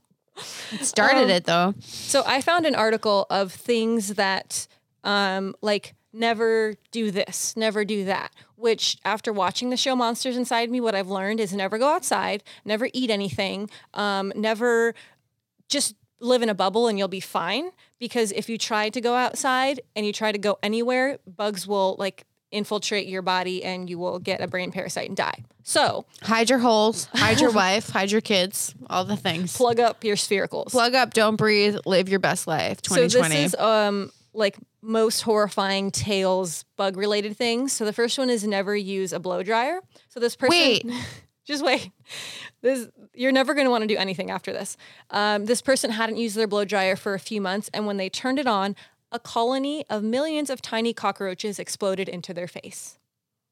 B: started
A: um,
B: it though.
A: So I found an article of things that um, like never do this, never do that. Which, after watching the show Monsters Inside Me, what I've learned is never go outside, never eat anything, um, never just live in a bubble and you'll be fine. Because if you try to go outside and you try to go anywhere, bugs will like infiltrate your body and you will get a brain parasite and die. So
B: Hide your holes, hide your wife, hide your kids, all the things.
A: plug up your sphericals.
B: Plug up, don't breathe, live your best life.
A: So
B: 2020.
A: this is um like most horrifying tales bug related things. So the first one is never use a blow dryer. So this person
B: Wait.
A: just wait. This you're never going to want to do anything after this. Um, this person hadn't used their blow dryer for a few months, and when they turned it on, a colony of millions of tiny cockroaches exploded into their face.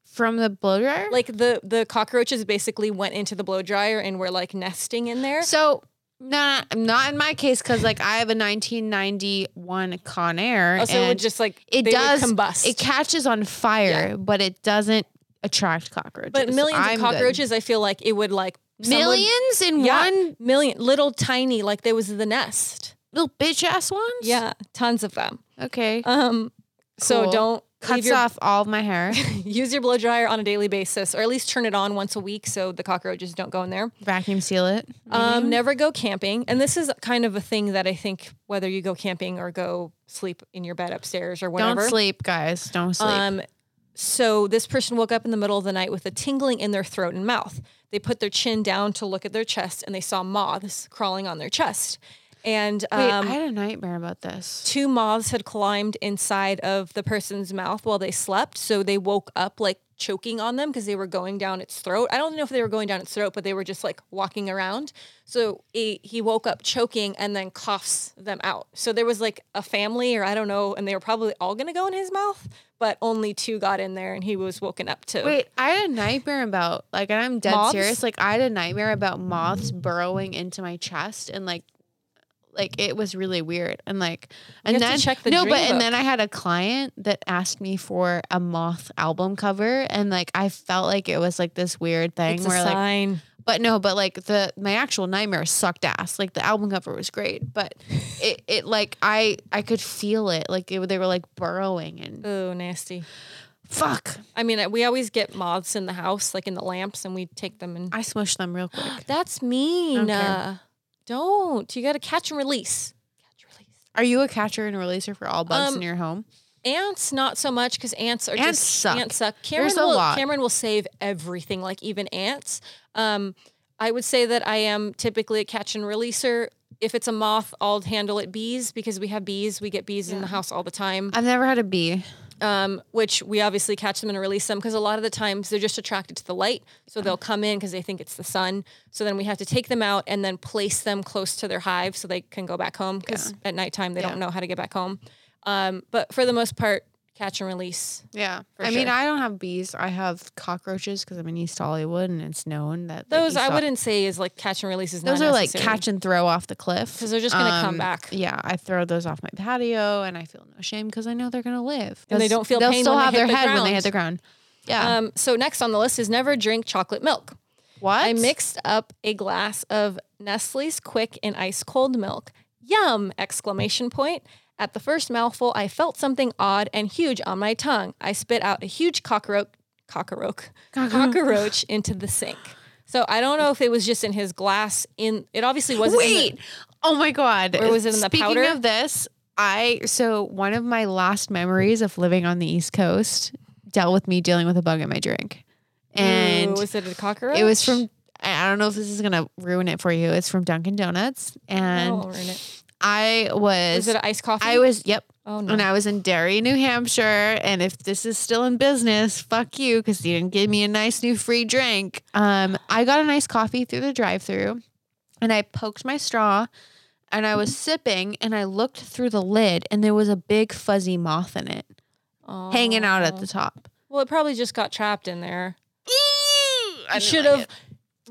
B: From the blow dryer?
A: Like the the cockroaches basically went into the blow dryer and were like nesting in there.
B: So, no, no, not in my case because like I have a 1991 Conair.
A: Also, Oh, it would
B: and
A: just like
B: it
A: they would
B: does
A: combust.
B: It catches on fire, but it doesn't attract cockroaches.
A: But millions
B: I'm
A: of
B: good.
A: cockroaches, I feel like it would like someone-
B: millions in
A: yeah,
B: one
A: million, little tiny, like there was the nest.
B: little bitch ass ones.
A: Yeah, tons of them.
B: Okay.
A: Um, so
B: Cool.
A: don't leave
B: Cuts
A: your,
B: off all of my hair.
A: Use your blow dryer on a daily basis, or at least turn it on once a week, so the cockroaches don't go in there.
B: Vacuum seal it. Mm-hmm.
A: Um, never go camping, and this is kind of a thing that I think whether you go camping or go sleep in your bed upstairs or whatever.
B: Don't sleep, guys. Don't sleep.
A: Um, so this person woke up in the middle of the night with a tingling in their throat and mouth. They put their chin down to look at their chest, and they saw moths crawling on their chest. And
B: Wait,
A: um,
B: I had a nightmare about this.
A: two moths had climbed inside of the person's mouth while they slept. So they woke up like choking on them because they were going down its throat. I don't know if they were going down its throat, but they were just like walking around. So he, he woke up choking and then coughs them out. So there was like a family, or I don't know, and they were probably all going to go in his mouth, but only two got in there and he was woken up to.
B: Wait, I had a nightmare about like, and I'm dead
A: Moths?
B: serious. Like, I had a nightmare about moths burrowing into my chest, and like, like it was really weird. And like, and
A: have to
B: then
A: check the
B: no,
A: dream
B: but and
A: book.
B: then I had a client that asked me for a moth album cover, and like, I felt like it was like this weird thing
A: it's a
B: where like,
A: sign.
B: but no, but like the my actual nightmare sucked ass. Like the album cover was great, but it it like I I could feel it. Like it, they were like burrowing and
A: oh, nasty.
B: fuck.
A: I mean, uh, we always get moths in the house, like in the lamps, and we take them and
B: I smushed them real quick.
A: That's mean.
B: Okay.
A: Uh, don't. You got to catch and release. Catch release.
B: Are you a catcher and releaser for all bugs
A: Um,
B: in your home?
A: Ants not so much because ants are
B: Ants
A: just
B: suck.
A: ants suck. Cameron
B: There's a
A: will
B: lot.
A: Cameron will save everything, like even ants. Um, I would say that I am typically a catch and releaser. If it's a moth, I'll handle it bees because we have bees. We get bees in the house all the time.
B: I've never had a bee.
A: um, which we obviously catch them and release them because a lot of the times they're just attracted to the light. So they'll come in because they think it's the sun. So then we have to take them out and then place them close to their hive so they can go back home because at nighttime they don't know how to get back home. Um, but for the most part, catch and release.
B: Yeah.
A: For
B: I mean,
A: sure.
B: I don't have bees. I have cockroaches because I'm in East Hollywood and it's known that like,
A: Those
B: East
A: I
B: Hol-
A: wouldn't say is like catch and release is
B: Those
A: not
B: are like
A: necessary.
B: catch and throw off the cliff Um,
A: 'Cause they're just gonna come back.
B: Yeah, I throw those off my patio, and I feel no shame because I know they're gonna live.
A: And they
B: Those-
A: don't feel
B: they'll
A: pain
B: still
A: when they
B: have
A: hit
B: their
A: the
B: head when they
A: ground.
B: hit the ground. Yeah.
A: Um, so next on the list is never drink chocolate milk.
B: what?
A: I mixed up a glass of Nestle's Quick in ice cold milk. Yum! Exclamation point. At the first mouthful, I felt something odd and huge on my tongue. I spit out a huge cockroach, cockroach, cockroach into the sink. So I don't know if it was just in his glass. In it obviously wasn't. in the-
B: Wait. oh my god.
A: Or was it in the
B: Speaking
A: powder?
B: of this, I so one of my last memories of living on the East Coast dealt with me dealing with a bug in my drink, and
A: Ooh, was it a cockroach?
B: it was from. I I don't know if this is gonna ruin it for you. It's from Dunkin' Donuts, and
A: Oh, ruin it.
B: I was
A: Is it an iced coffee?
B: I was yep.
A: Oh,
B: And
A: no.
B: I was in Derry, New Hampshire, and if this is still in business, fuck you, because you didn't give me a nice new free drink. Um, I got a nice coffee through the drive-through, and I poked my straw, and I was sipping, and I looked through the lid, and there was a big fuzzy moth in it,
A: Oh.
B: hanging out at the top.
A: Well, it probably just got trapped in there.
B: I
A: I
B: didn't
A: should
B: like
A: have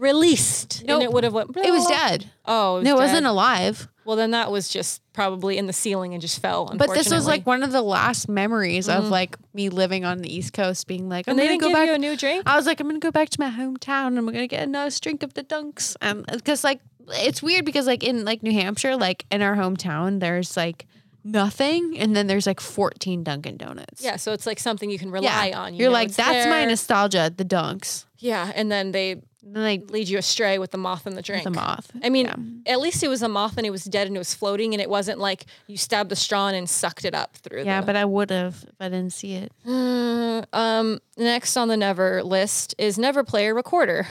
A: released,
B: Nope.
A: and it would have went.
B: It was dead.
A: Oh,
B: no, it
A: dead.
B: wasn't alive.
A: Well, then that was just probably in the ceiling and just fell.
B: But this was
A: unfortunately.
B: like
A: Mm-hmm.
B: one of the last memories of like me living on the East Coast, being like, I'm
A: and they
B: gonna
A: didn't
B: go
A: give
B: back
A: you a new drink.
B: I was like, I'm gonna go back to my hometown and we're gonna get a nice drink of the dunks. Um, because like it's weird because like in like New Hampshire, like in our hometown, there's like nothing, and then there's like 14 Dunkin' Donuts.
A: Yeah, so it's like something you can rely
B: Yeah.
A: on. You
B: You're
A: know
B: like,
A: it's
B: that's my
A: there."
B: nostalgia, the dunks.
A: Yeah, and then they
B: And then I
A: lead you astray with the moth and the drink.
B: the moth.
A: I mean,
B: Yeah.
A: at least it was a moth and it was dead and it was floating and it wasn't like you stabbed the straw in and sucked it up through.
B: yeah,
A: the,
B: but I would have if I didn't see it.
A: Uh, um, next on the never list is never play a recorder.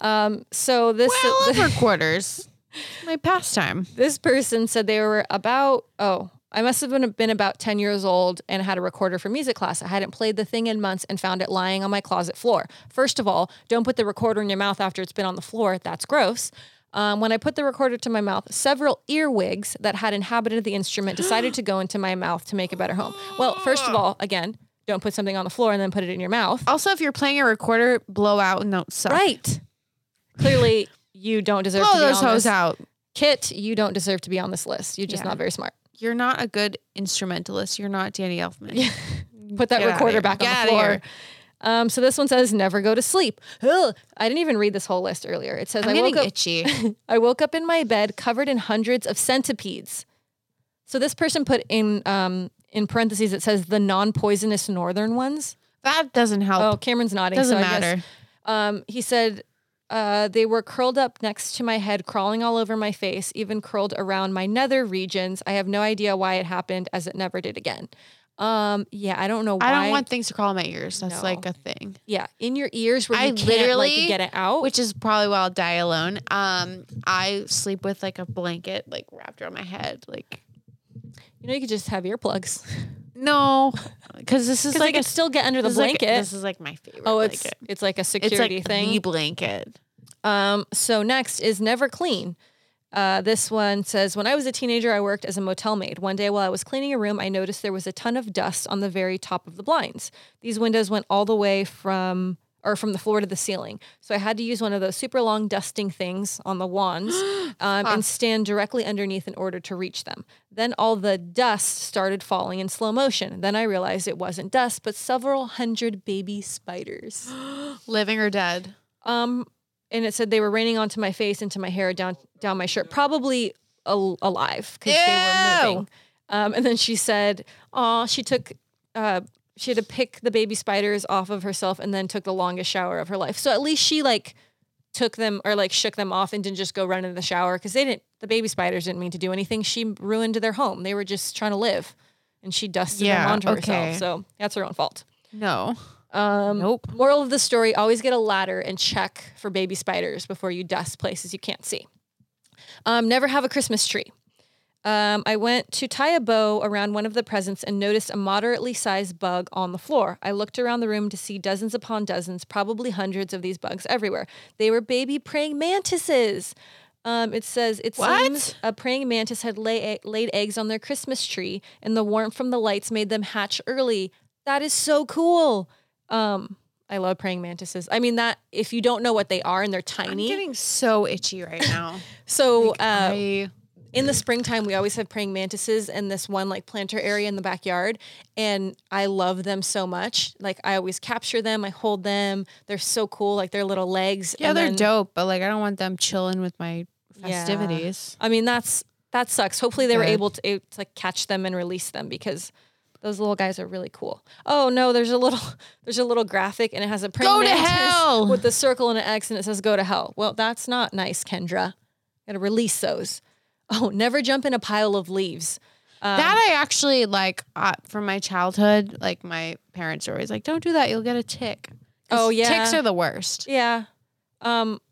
A: Um, so this
B: Well, over quarters. My pastime.
A: this person said they were about oh I must have been, been about ten years old and had a recorder for music class. I hadn't played the thing in months and found it lying on my closet floor. First of all, don't put the recorder in your mouth after it's been on the floor. That's gross. Um, when I put the recorder to my mouth, several earwigs that had inhabited the instrument decided to go into my mouth to make a better home. Well, first of all, again, don't put something on the floor and then put it in your mouth.
B: Also, if you're playing a recorder, blow out and don't suck.
A: Right. Clearly, you don't deserve to
B: Blow
A: be
B: those
A: on
B: hoes
A: this.
B: out.
A: Kit, you don't deserve to be on this list. You're just
B: Yeah.
A: not very smart.
B: You're not a good instrumentalist. You're not Danny Elfman.
A: Put that
B: Get outta
A: recorder
B: here.
A: back
B: Get
A: on the
B: outta
A: floor.
B: here.
A: Um, so this one says, "Never go to sleep." Ugh. I didn't even read this whole list earlier. It says,
B: I'm
A: "I woke
B: getting
A: up.
B: itchy.
A: I woke up in my bed covered in hundreds of centipedes." So this person put in um, in parentheses. It says the non-poisonous northern ones.
B: that doesn't help.
A: Oh, Cameron's nodding.
B: doesn't
A: so I guess
B: matter.
A: um, he said uh, they were curled up next to my head, crawling all over my face, even curled around my nether regions. I have no idea why it happened, as it never did again. Um, yeah, I don't know why.
B: I don't want things to crawl in my ears. That's
A: No.
B: like a thing.
A: yeah, in your ears where
B: I
A: you can't literally
B: literally-
A: get it out.
B: Which is probably why I'll die alone. Um, I sleep with like a blanket like wrapped around my head. Like
A: you know, you could just have earplugs
B: no, because this is
A: because
B: like
A: they
B: a
A: could still get under the
B: this is like-
A: blanket.
B: this is like my favorite.
A: oh, it's
B: blanket.
A: it's like a
B: it's
A: security
B: like
A: thing.
B: the blanket.
A: Um, so next is never clean. Uh, this one says, when I was a teenager, I worked as a motel maid. One day while I was cleaning a room, I noticed there was a ton of dust on the very top of the blinds. These windows went all the way from or from the floor to the ceiling. So I had to use one of those super long dusting things on the wands um, and stand directly underneath in order to reach them. Then all the dust started falling in slow motion. Then I realized it wasn't dust, but several hundred baby spiders.
B: Living or dead?
A: Um, and it said they were raining onto my face, into my hair, down down my shirt, probably al- alive because they were
B: Ew.
A: moving. Um, and then she said, "Aw, she took." Uh, she had to pick the baby spiders off of herself and then took the longest shower of her life. So at least she like took them or like shook them off and didn't just go run into the shower because they didn't the baby spiders didn't mean to do anything. She ruined their home. They were just trying to live. And she dusted
B: Yeah,
A: them onto herself.
B: okay.
A: So that's her own fault.
B: No.
A: Um,
B: Nope.
A: Moral of the story: Always get a ladder and check for baby spiders before you dust places you can't see. Um, never have a Christmas tree. Um, I went to tie a bow around one of the presents and noticed a moderately sized bug on the floor. I looked around the room to see dozens upon dozens, probably hundreds of these bugs everywhere. They were baby praying mantises. Um, it says it
B: What?
A: seems a praying mantis had lay, e-, laid eggs on their Christmas tree, and the warmth from the lights made them hatch early. That is so cool. Um, I love praying mantises. I mean that if you don't know what they are and they're
B: I'm
A: tiny,
B: getting so itchy right now.
A: so
B: Like,
A: uh,
B: I-
A: in the springtime we always have praying mantises in this one like planter area in the backyard and i love them so much like i always capture them i hold them they're so cool like their little legs
B: yeah,
A: and
B: they're
A: then-
B: dope, but like I don't want them chilling with my
A: Yeah.
B: festivities.
A: i mean that's that sucks hopefully they were
B: Yeah.
A: able to, eh, to catch them and release them because those little guys are really cool oh no there's a little there's a little graphic and it has a praying
B: Go to
A: mantis
B: hell!
A: with a circle and an x and it says go to hell well that's not nice kendra gotta release those oh never jump in a pile of leaves Um,
B: that I actually like uh, from my childhood. Like my parents were always like, "Don't do that; you'll get a tick." 'Cause
A: Oh, yeah.
B: ticks are the worst.
A: Yeah. Um,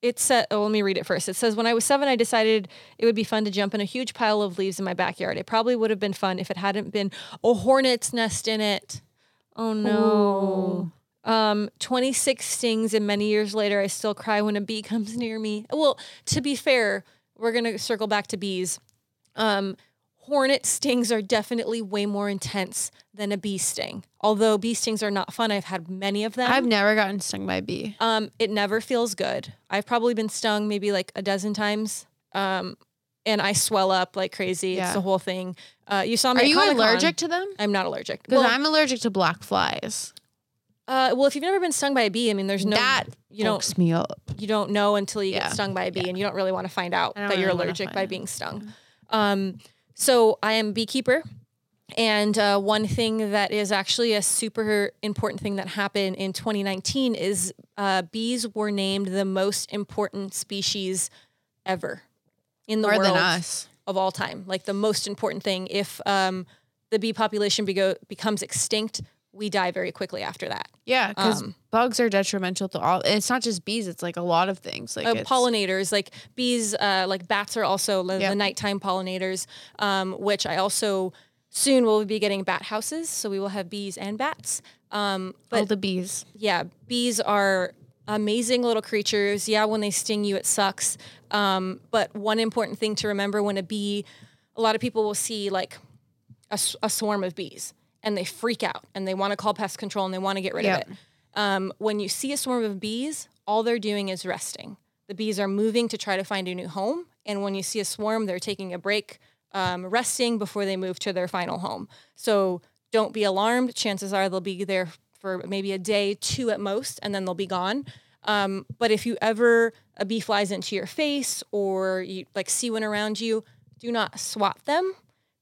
A: it said, oh, let me read it first. It says, When I was seven, I decided it would be fun to jump in a huge pile of leaves in my backyard. It probably would have been fun if it hadn't been a hornet's nest in it. Oh, no. Um, 26 stings, and many years later, I still cry when a bee comes near me. Well, to be fair, we're going to circle back to bees. Um, hornet stings are definitely way more intense than a bee sting. Although bee stings are not fun, I've had many of them.
B: I've never gotten stung by a bee.
A: Um, it never feels good. I've probably been stung maybe like a dozen times. Um, and I swell up like crazy. It's
B: Yeah.
A: the whole thing. Uh, you saw me.
B: Are
A: at
B: you
A: Comic-Con.
B: allergic to them?
A: I'm not allergic.
B: Because
A: Well,
B: I'm allergic to black flies.
A: uh, well, if you've never been stung by a bee, I mean, there's no
B: that
A: you don't
B: fucks me up.
A: you don't know until you
B: Yeah.
A: get stung by a bee, and you don't really want to find out
B: I don't
A: that you're
B: really wanna
A: allergic
B: find Mm-hmm.
A: by
B: out.
A: being stung. Um, So I am beekeeper. And uh, one thing that is actually a super important thing that happened in 2019 is uh, bees were named the most important species ever in the
B: More
A: world
B: than us.
A: of all time. Like the most important thing. If um, the bee population bego- becomes extinct, we die very quickly after that.
B: Yeah, because
A: Um,
B: bugs are detrimental to all. It's not just bees. It's like a lot of things. Like
A: uh,
B: it's-
A: pollinators like bees uh, like bats are also the,
B: Yeah.
A: the nighttime pollinators um, which i also soon will be getting bat houses so we will have bees and bats um,
B: all
A: but
B: the bees.
A: yeah bees are amazing little creatures yeah when they sting you it sucks um, but one important thing to remember when a bee a lot of people will see like a, s- a swarm of bees and they freak out and they want to call pest control and they want to get rid
B: Yeah.
A: of it. Um, when you see a swarm of bees, all they're doing is resting. The bees are moving to try to find a new home. And when you see a swarm, they're taking a break, um, resting before they move to their final home. So don't be alarmed. Chances are they'll be there for maybe a day, two at most, and then they'll be gone. Um, but if you ever, a bee flies into your face or you like see one around you, do not swat them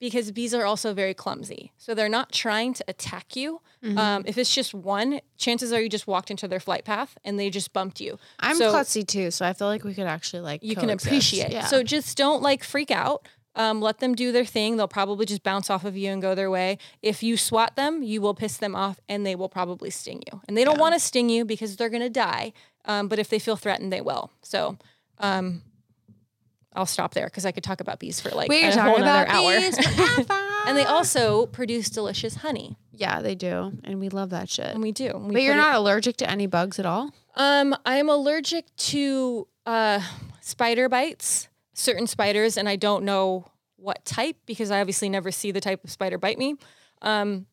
A: because bees are also very clumsy. So they're not trying to attack you.
B: Mm-hmm.
A: Um, if it's just one, chances are you just walked into their flight path and they just bumped you.
B: I'm
A: so
B: klutzy too, so I feel like we could actually like
A: you can
B: coexist.
A: appreciate.
B: Yeah.
A: So just don't like freak out. Um, let them do their thing. They'll probably just bounce off of you and go their way. If you swat them, you will piss them off and they will probably sting you. And they don't want to sting you because they're going to die. Um, but if they feel threatened, they will. So um, I'll stop there because I could talk about bees for like
B: we
A: a
B: could
A: whole
B: talk
A: another
B: about
A: hour.
B: bees forever.
A: And they also produce delicious honey.
B: yeah, they do, and we love that shit.
A: And we do. And we
B: But you're
A: put it-
B: not allergic to any bugs at all.
A: Um, I'm allergic to uh, spider bites, certain spiders, and I don't know what type because I obviously never see the type of spider bite me. Um,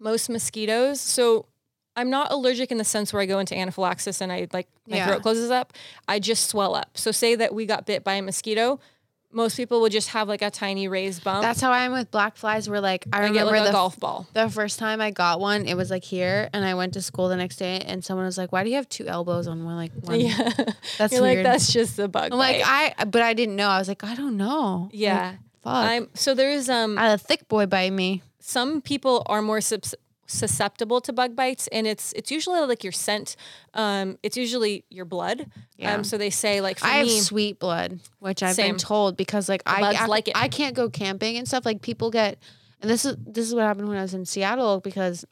A: most mosquitoes. So I'm not allergic in the sense where I go into anaphylaxis and I like my
B: Yeah.
A: throat closes up. I just swell up. So say that we got bit by a mosquito. Most people would just have like a tiny raised bump.
B: That's how I am with black flies. We're like, I
A: I get
B: remember
A: like a
B: the
A: golf ball.
B: The first time I got one, it was like here, and I went to school the next day, and someone was like, "Why do you have two elbows on one like one?"
A: Yeah,
B: That's
A: you're like
B: weird.
A: that's just a bug.
B: I'm like
A: bite."
B: I, but I didn't know. I was like, I don't know.
A: yeah.
B: Like, fuck. i
A: I'm so there's um
B: had a thick boy bite me.
A: some people are more subs- susceptible to bug bites and it's it's usually like your scent um it's usually your blood
B: Yeah.
A: um so they say like for
B: I have
A: me
B: sweet blood, which I've
A: Same.
B: been told because like I,
A: bugs
B: I
A: like it.
B: I can't go camping and stuff. Like people get, and this is this is what happened when I was in Seattle because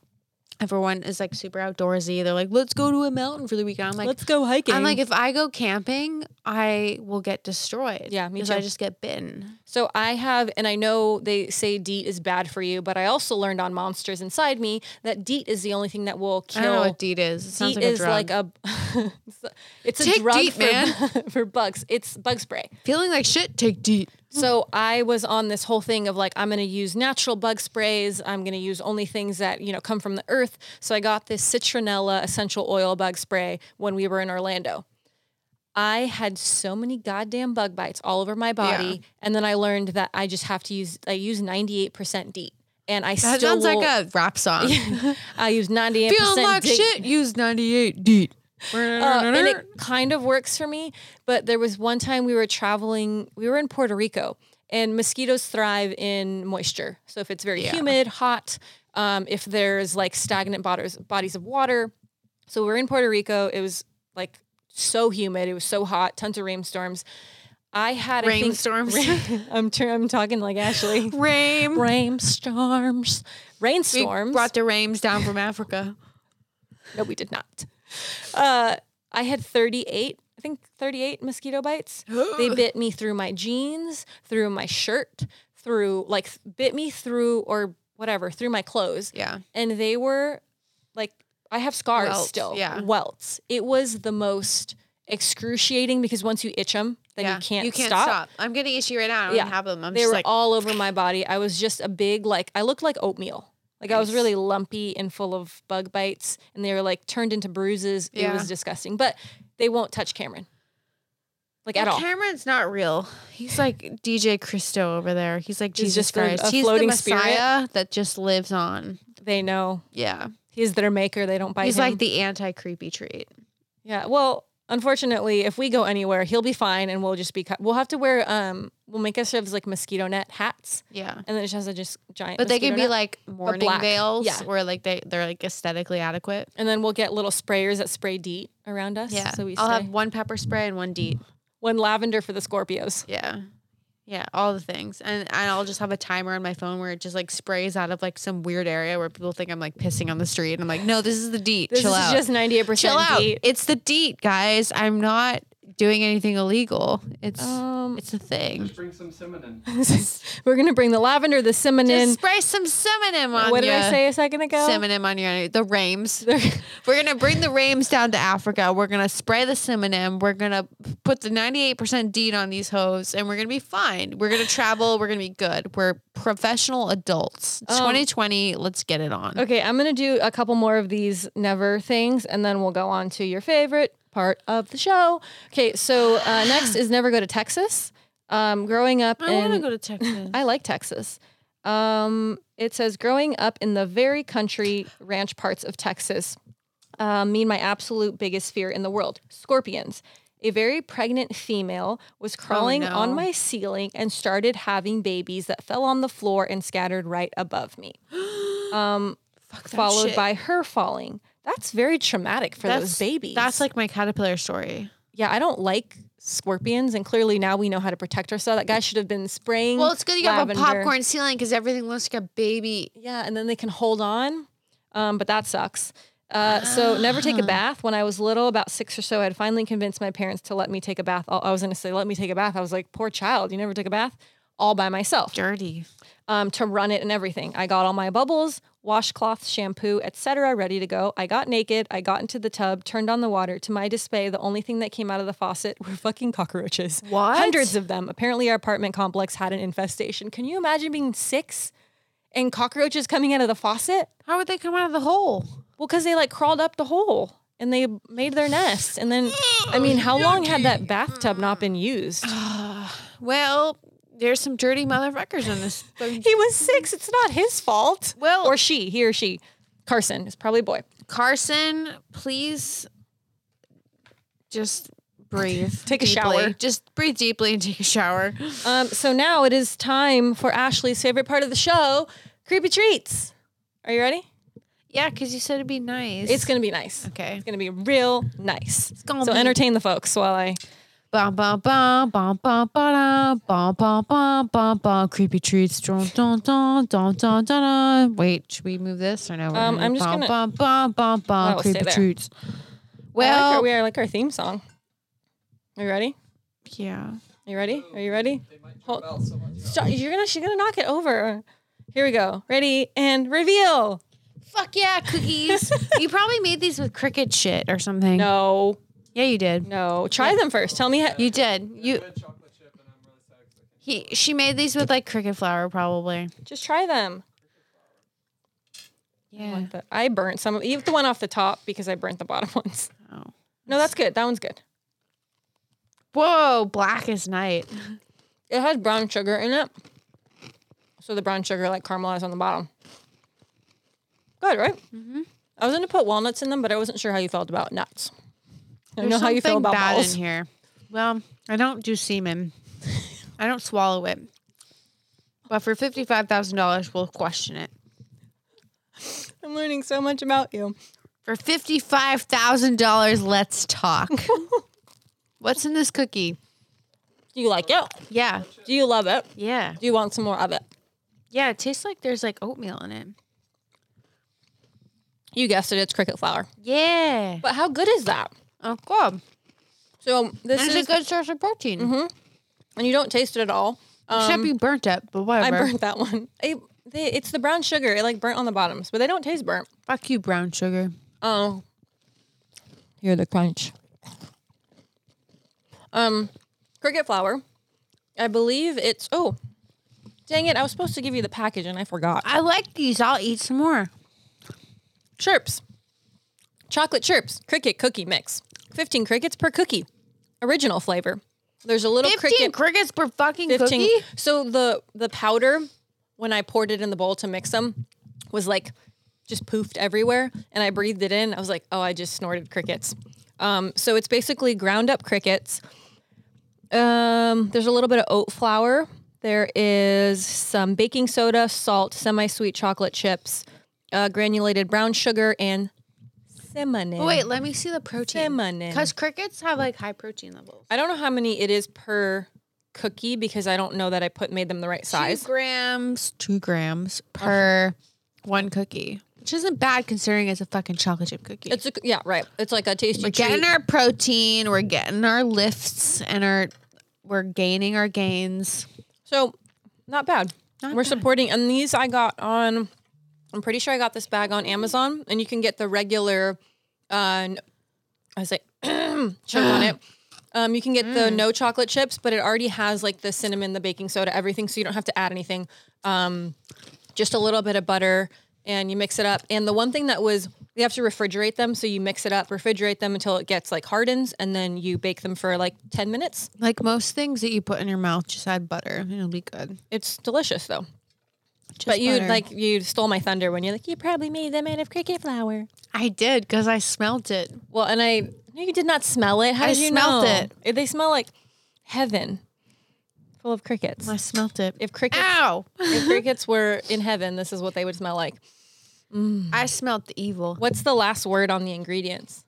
B: everyone is like super outdoorsy. They're like, let's go to a mountain for the weekend. I'm like,
A: let's go hiking
B: I'm like, if I go camping, I will get destroyed.
A: Yeah, me
B: 'Cause
A: too.
B: I just get bitten.
A: so i have and i know they say DEET is bad for you but i also learned on monsters inside me that DEET is the only thing that will
B: I don't know
A: kill
B: what DEET is. It sounds
A: DEET
B: like a
A: is
B: drug.
A: like a it's a- it's a
B: Take
A: drug
B: DEET,
A: for,
B: man.
A: for bugs it's bug spray
B: feeling like shit. Take DEET.
A: So I was on this whole thing of like, I'm going to use natural bug sprays. I'm going to use only things that, you know, come from the earth. So I got this citronella essential oil bug spray when we were in Orlando. I had so many goddamn bug bites all over my body. And then I learned that I just have to use, I use 98% DEET. And I
B: That
A: still
B: sounds like a rap song.
A: a, I use 98%
B: feeling like
A: DEET.
B: shit. Use 98 DEET.
A: Uh, and it kind of works for me. But there was one time we were traveling, we were in Puerto Rico, and mosquitoes thrive in moisture. So if it's very humid, hot, um, if there's like stagnant bodies, bodies of water. So we're in Puerto Rico. It was like so humid. It was so hot. Tons of rainstorms. I had I think-
B: Rainstorms.
A: I'm tur- I'm talking like Ashley.
B: Rain.
A: rainstorms. Rainstorms.
B: We brought the rains down from Africa.
A: No, we did not. Uh, I had 38, I think 38 mosquito bites. they bit me through my jeans, through my shirt, through like bit me through or whatever, through my clothes.
B: Yeah.
A: And they were like, I have scars
B: Welts,
A: still.
B: yeah.
A: Welts. It was the most excruciating because once you itch them, then
B: yeah.
A: you can't,
B: you can't
A: stop.
B: stop. I'm getting itchy right now. I don't
A: Yeah.
B: have them. I'm
A: They
B: just
A: were
B: like,
A: all over my body. I was just a big like I looked like oatmeal. Like I was
B: Nice.
A: really lumpy and full of bug bites, and they were like turned into bruises. It
B: Yeah.
A: was disgusting, but they won't touch Cameron, like at all.
B: Cameron's not real. He's like DJ Christo over there. He's like
A: He's
B: Jesus
A: just a-
B: Christ.
A: a
B: He's
A: floating
B: the Messiah that just lives on.
A: they know
B: Yeah.
A: he's their maker. They don't bite
B: He's
A: him.
B: like the anti creepy treat.
A: yeah. Well, Unfortunately, if we go anywhere, he'll be fine, and we'll just be. Cut. We'll have to wear. Um, we'll make ourselves like mosquito net hats,
B: Yeah.
A: and then it just has a just giant.
B: But they can
A: mosquito
B: be
A: net.
B: like morning
A: black.
B: veils
A: Yeah.
B: where like they, they're like aesthetically adequate.
A: and then we'll get little sprayers that spray DEET around us.
B: Yeah.
A: so we
B: I'll
A: stay.
B: have one pepper spray and one deep.
A: one lavender for the Scorpios.
B: Yeah. Yeah, all the things. And, and I'll just have a timer on my phone where it just like sprays out of like some weird area where people think I'm like pissing on the street. And I'm like, no, this is the DEET.
A: This
B: Chill
A: is
B: out.
A: just ninety eight percent
B: Chill out. It's the DEET, guys. I'm not doing anything illegal. It's
A: Um,
B: it's a thing.
C: Just bring some Simonin.
A: we're gonna bring the lavender, the
B: Just
A: cinnamon.
B: spray some Simonim on
A: What did
B: ya.
A: I say a second ago?
B: Simonim on your the Rames. We're gonna bring the Rames down to Africa. We're gonna spray the Simonim. We're gonna put the 98% deed on these hoes, and we're gonna be fine. We're gonna travel. We're gonna be good. We're professional adults. It's
A: Um,
B: 2020. Let's get it on.
A: Okay, I'm gonna do a couple more of these never things, and then we'll go on to your favorite part of the show. Okay, so uh, next is never go to Texas. Um, growing up
B: I
A: in,
B: want to go to Texas.
A: I like Texas. Um, it says growing up in the very country ranch parts of Texas uh, mean my absolute biggest fear in the world: scorpions. A very pregnant female was crawling
B: Oh, no.
A: on my ceiling and started having babies that fell on the floor and scattered right above me. Um,
B: Fuck that
A: followed
B: shit.
A: by her falling. That's very traumatic for those
B: That's-
A: babies.
B: That's like my caterpillar story.
A: yeah, I don't like scorpions, and clearly now we know how to protect ourselves. That guy should have been spraying.
B: Well, it's good you have a
A: lavender.
B: popcorn ceiling because everything looks like a baby.
A: Yeah, and then they can hold on, um, but that sucks. Uh, so never take a bath. When I was little, about six or so, I had finally convinced my parents to let me take a bath. I I was going to say, "Let me take a bath." I was like, "Poor child, you never took a bath." All by myself.
B: Dirty.
A: um, to run it and everything. I got all my bubbles, washcloth, shampoo, etc., ready to go. I got naked. I got into the tub, turned on the water. To my dismay, the only thing that came out of the faucet were fucking cockroaches.
B: What?
A: Hundreds of them. Apparently, our apartment complex had an infestation. Can you imagine being six and cockroaches coming out of the faucet?
B: How would they come out of the hole?
A: Well, because they like crawled up the hole and they made their nest. And then,
B: Oh,
A: I mean, how long had that bathtub not been used?
B: Well, there's some dirty motherfuckers in this.
A: He was six. It's not his fault.
B: Well-
A: or she, he or she. Carson is probably a boy.
B: Carson, please just breathe.
A: Take a
B: deeply.
A: shower.
B: Just breathe deeply and take a shower.
A: Um, so now it is time for Ashley's favorite part of the show, creepy treats. Are you ready?
B: Yeah, because you said it'd be nice.
A: It's gonna be nice.
B: okay.
A: It's gonna be real nice.
B: gonna
A: so
B: be-
A: entertain the folks while I.
B: Bum bum bum bum bum ba-da, bum bum bum bum bum creepy treats. Dun dun dun dun dun dun. dun. Wait, should we move this or no? We're
A: Um,
B: gonna
A: I'm
B: do
A: just
B: bum,
A: gonna-
B: bum bum bum
A: No,
B: bum
A: we'll stay
B: creepy
A: there.
B: treats.
A: I like
B: Well,
A: our, we are like our theme song. Are you ready?
B: yeah.
A: Are you ready? Are you ready?
C: They might
A: Hold-
C: jump out so much.
A: Stop. You're gonna. She's gonna knock it over. Here we go. Ready and reveal.
B: Fuck yeah, cookies. you probably made these with cricket shit or something.
A: No,
B: Yeah, you did.
A: no. Try them first. Tell me. How,
B: You did. You
C: Red chocolate chip, and I'm really sad 'cause I can't-
B: He she made these with like cricket flour probably.
A: just try them.
B: Yeah.
A: Like the- I burnt some of even the one off the top because I burnt the bottom ones.
B: Oh.
A: No, that's good. That one's good.
B: Whoa, black as night.
A: It has brown sugar in it. So the brown sugar like caramelized on the bottom. Good, right? Mm-hmm. I was gonna put walnuts in them, but I wasn't sure how you felt about nuts. I don't know how you feel about
B: bad
A: balls.
B: in here. Well, I don't do semen. I don't swallow it. But for fifty five thousand dollars, we'll question it.
A: I'm learning so much about you.
B: For fifty five thousand dollars, let's talk. What's in this cookie?
A: Do you like it?
B: Yeah,
A: Do you love it?
B: yeah,
A: Do you want some more of it?
B: yeah. It tastes like there's like oatmeal in it.
A: You guessed it, it's cricket flour.
B: Yeah.
A: But how good is that?
B: Oh god,
A: So this
B: it's
A: is Mm-hmm.
B: a good source of protein.
A: and you don't taste it at all. Um,
B: Except you burnt it, but
A: I
B: whatever.
A: burnt that one. It, they, it's the brown sugar. It like burnt on the bottoms, but they don't taste burnt.
B: Fuck you, brown sugar.
A: Oh. Hear the crunch. Um, cricket flour. I believe it's oh. Dang it, I was supposed to give you the package and I forgot.
B: I like these. I'll eat some more.
A: Chirps. Chocolate chirps. Cricket cookie mix. 15 crickets per cookie. Original flavor. There's a little
B: 15
A: Oh, cricket
B: crickets per fucking
A: 15
B: cookie?
A: so the the powder when i poured it in the bowl to mix them was like just poofed everywhere and i breathed it in i was like oh i just snorted crickets Um, so it's basically ground up crickets. Um, there's a little bit of oat flour. There is some baking soda, salt, semi sweet chocolate chips, uh, granulated brown sugar, and cinnamon.
B: But wait, let me see the protein.
A: cinnamon.
B: Because crickets have like high protein levels.
A: I don't know how many it is per cookie because I don't know that I put made them the right size.
B: Two grams. Two grams per one cookie, which isn't bad considering it's a fucking chocolate chip cookie.
A: It's a, yeah, right. It's like a tasty
B: we're
A: treat.
B: getting our protein. We're getting our lifts and our we're gaining our gains.
A: So, not bad.
B: Not
A: We're
B: bad.
A: supporting, and these I got on. I'm pretty sure I got this bag on Amazon, and you can get the regular. Uh, n- I say, choke on it. Um, you can get the
B: Mm.
A: no chocolate chips, but it already has like the cinnamon, the baking soda, everything, so you don't have to add anything. Um, just a little bit of butter, and you mix it up. And the one thing that was you have to refrigerate them, so you mix it up, refrigerate them until it gets like hardens, and then you bake them for like ten minutes.
B: Like most things that you put in your mouth, just add butter and it'll be good.
A: It's delicious though.
B: Just
A: But you
B: butter.
A: like you stole my thunder when you're like you probably made them out of cricket flour.
B: I did because I smelt it.
A: Well, and I no, you did not smell it. How
B: I
A: did you
B: smelt
A: know? It. They smell like heaven, full of crickets.
B: I smelt it.
A: If crickets,
B: Ow!
A: if crickets were in heaven, this is what they would smell like.
B: I smelt the evil
A: What's the last word on the ingredients?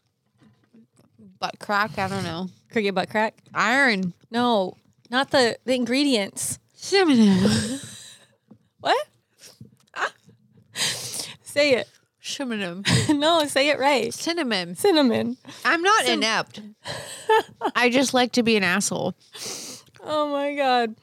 B: butt crack. I don't know.
A: Cricket butt crack?
B: Iron.
A: No, not the the ingredients.
B: Shimminum.
A: What? Ah! say it.
B: Shimminum.
A: no, say it right.
B: Cinnamon.
A: Cinnamon.
B: I'm not inept. I just like to be an asshole.
A: Oh my god.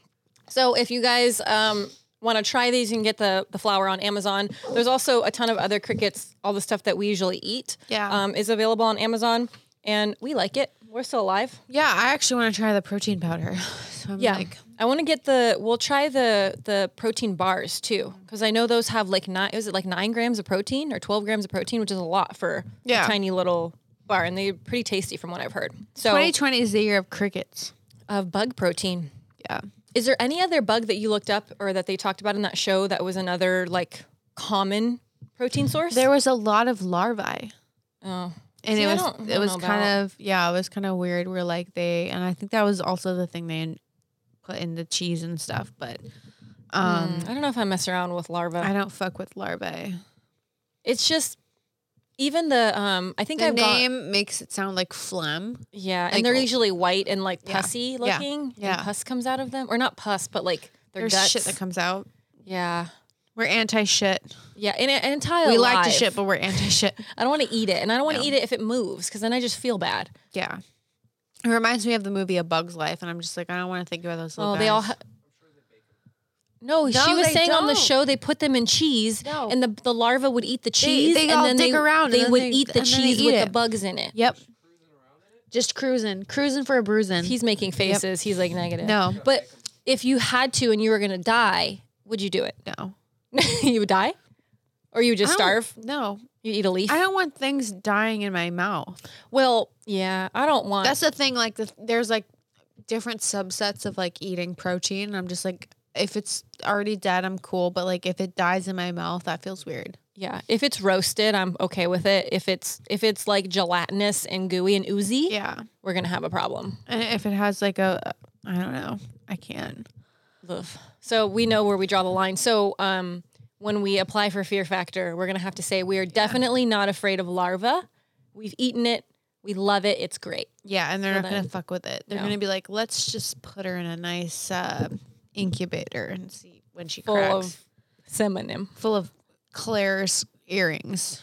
A: So if you guys um want to try these, you can get the the flour on Amazon. There's also a ton of other crickets, all the stuff that we usually eat.
B: Yeah.
A: Um, is available on Amazon and we like it. We're still alive.
B: Yeah, I actually want to try the protein powder. So I'm like,
A: I want to get the we'll try the the protein bars too. Because I know those have like nine is it like nine grams of protein or twelve grams of protein, which is a lot for
B: Yeah.
A: a tiny little bar. And they're pretty tasty from what I've heard. So
B: 2020 is the year of crickets.
A: of bug protein.
B: Yeah.
A: Is there any other bug that you looked up or that they talked about in that show that was another like common protein source?
B: There was a lot of larvae.
A: oh.
B: And
A: See,
B: it
A: I
B: was
A: don't- I
B: it
A: don't
B: was
A: know
B: kind
A: about-
B: of yeah, it was kind of weird where like they and I think that was also the thing they put in the cheese and stuff, but um
A: mm, I don't know if I mess around with larvae.
B: I don't fuck with larvae.
A: it's just even the um I think
B: The
A: I've got
B: name makes it sound like phlegm.
A: yeah,
B: like-
A: and they're usually white and like
B: Yeah.
A: pussy
B: Yeah.
A: looking. and
B: Yeah.
A: pus comes out of them or not pus, but like their
B: There's
A: guts.
B: shit that comes out.
A: yeah.
B: We're anti shit.
A: Yeah, and and anti
B: We like to shit, but we're anti shit.
A: I don't want to eat it, and I don't want to
B: No.
A: eat it if it moves, because then I just feel bad.
B: yeah. It reminds me of the movie A Bug's Life, and I'm just like, I don't want to think about those. Little
A: Oh, they all.
B: guys.
A: Ha- no, she
B: No,
A: was
B: they
A: saying on the
B: don't.
A: show they put them in cheese,
B: No.
A: and the, the larva would eat the cheese,
B: they
A: and
B: all
A: then
B: dig
A: they
B: around, and
A: They
B: then
A: would
B: they-
A: eat the
B: and then they
A: cheese
B: eat
A: with
B: it.
A: the bugs in it.
B: Yep. Just cruising, cruising for a bruising.
A: He's making faces. He's like negative.
B: No.
A: but if you had to and you were gonna die, would you do it?
B: no.
A: you would die, or you would just
B: I don't-
A: starve?
B: No,
A: You eat a leaf?
B: I don't want things dying in my mouth.
A: well, yeah, I don't want.
B: That's the thing. Like, the, there's like different subsets of like eating protein. and I'm just like, if it's already dead, I'm cool. But like, if it dies in my mouth, that feels weird.
A: yeah, if it's roasted, I'm okay with it. If it's if it's like gelatinous and gooey and oozy,
B: Yeah,
A: we're gonna have a problem.
B: and if it has like a, I don't know, I can't.
A: Ugh. So we know where we draw the line. So um, when we apply for Fear Factor, we're gonna have to say we are definitely not afraid of larva. We've eaten it. We love it. It's great.
B: Yeah, and they're
A: So
B: not gonna
A: then-
B: fuck with it. They're
A: No.
B: gonna be like, let's just put her in a nice uh, incubator and see when she
A: Full
B: cracks.
A: of synonym.
B: full of Claire's earrings.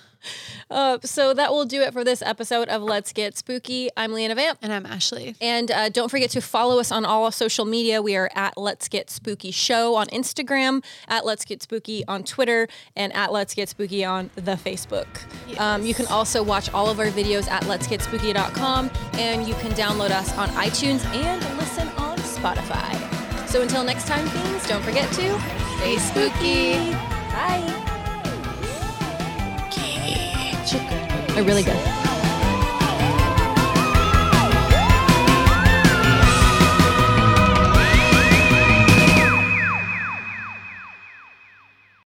A: Uh, so that will do it for this episode of Let's Get Spooky. I'm Leanna Vamp.
B: And I'm Ashley.
A: And uh, don't forget to follow us on all social media. We are at Let's Get Spooky Show on Instagram, at Let's Get Spooky on Twitter, and at Let's Get Spooky on the Facebook. Um, you can also watch all of our videos at Let's Get Spooky.com, and you can download us on iTunes and listen on Spotify. So until next time, things don't forget to stay spooky. Bye. They're really good.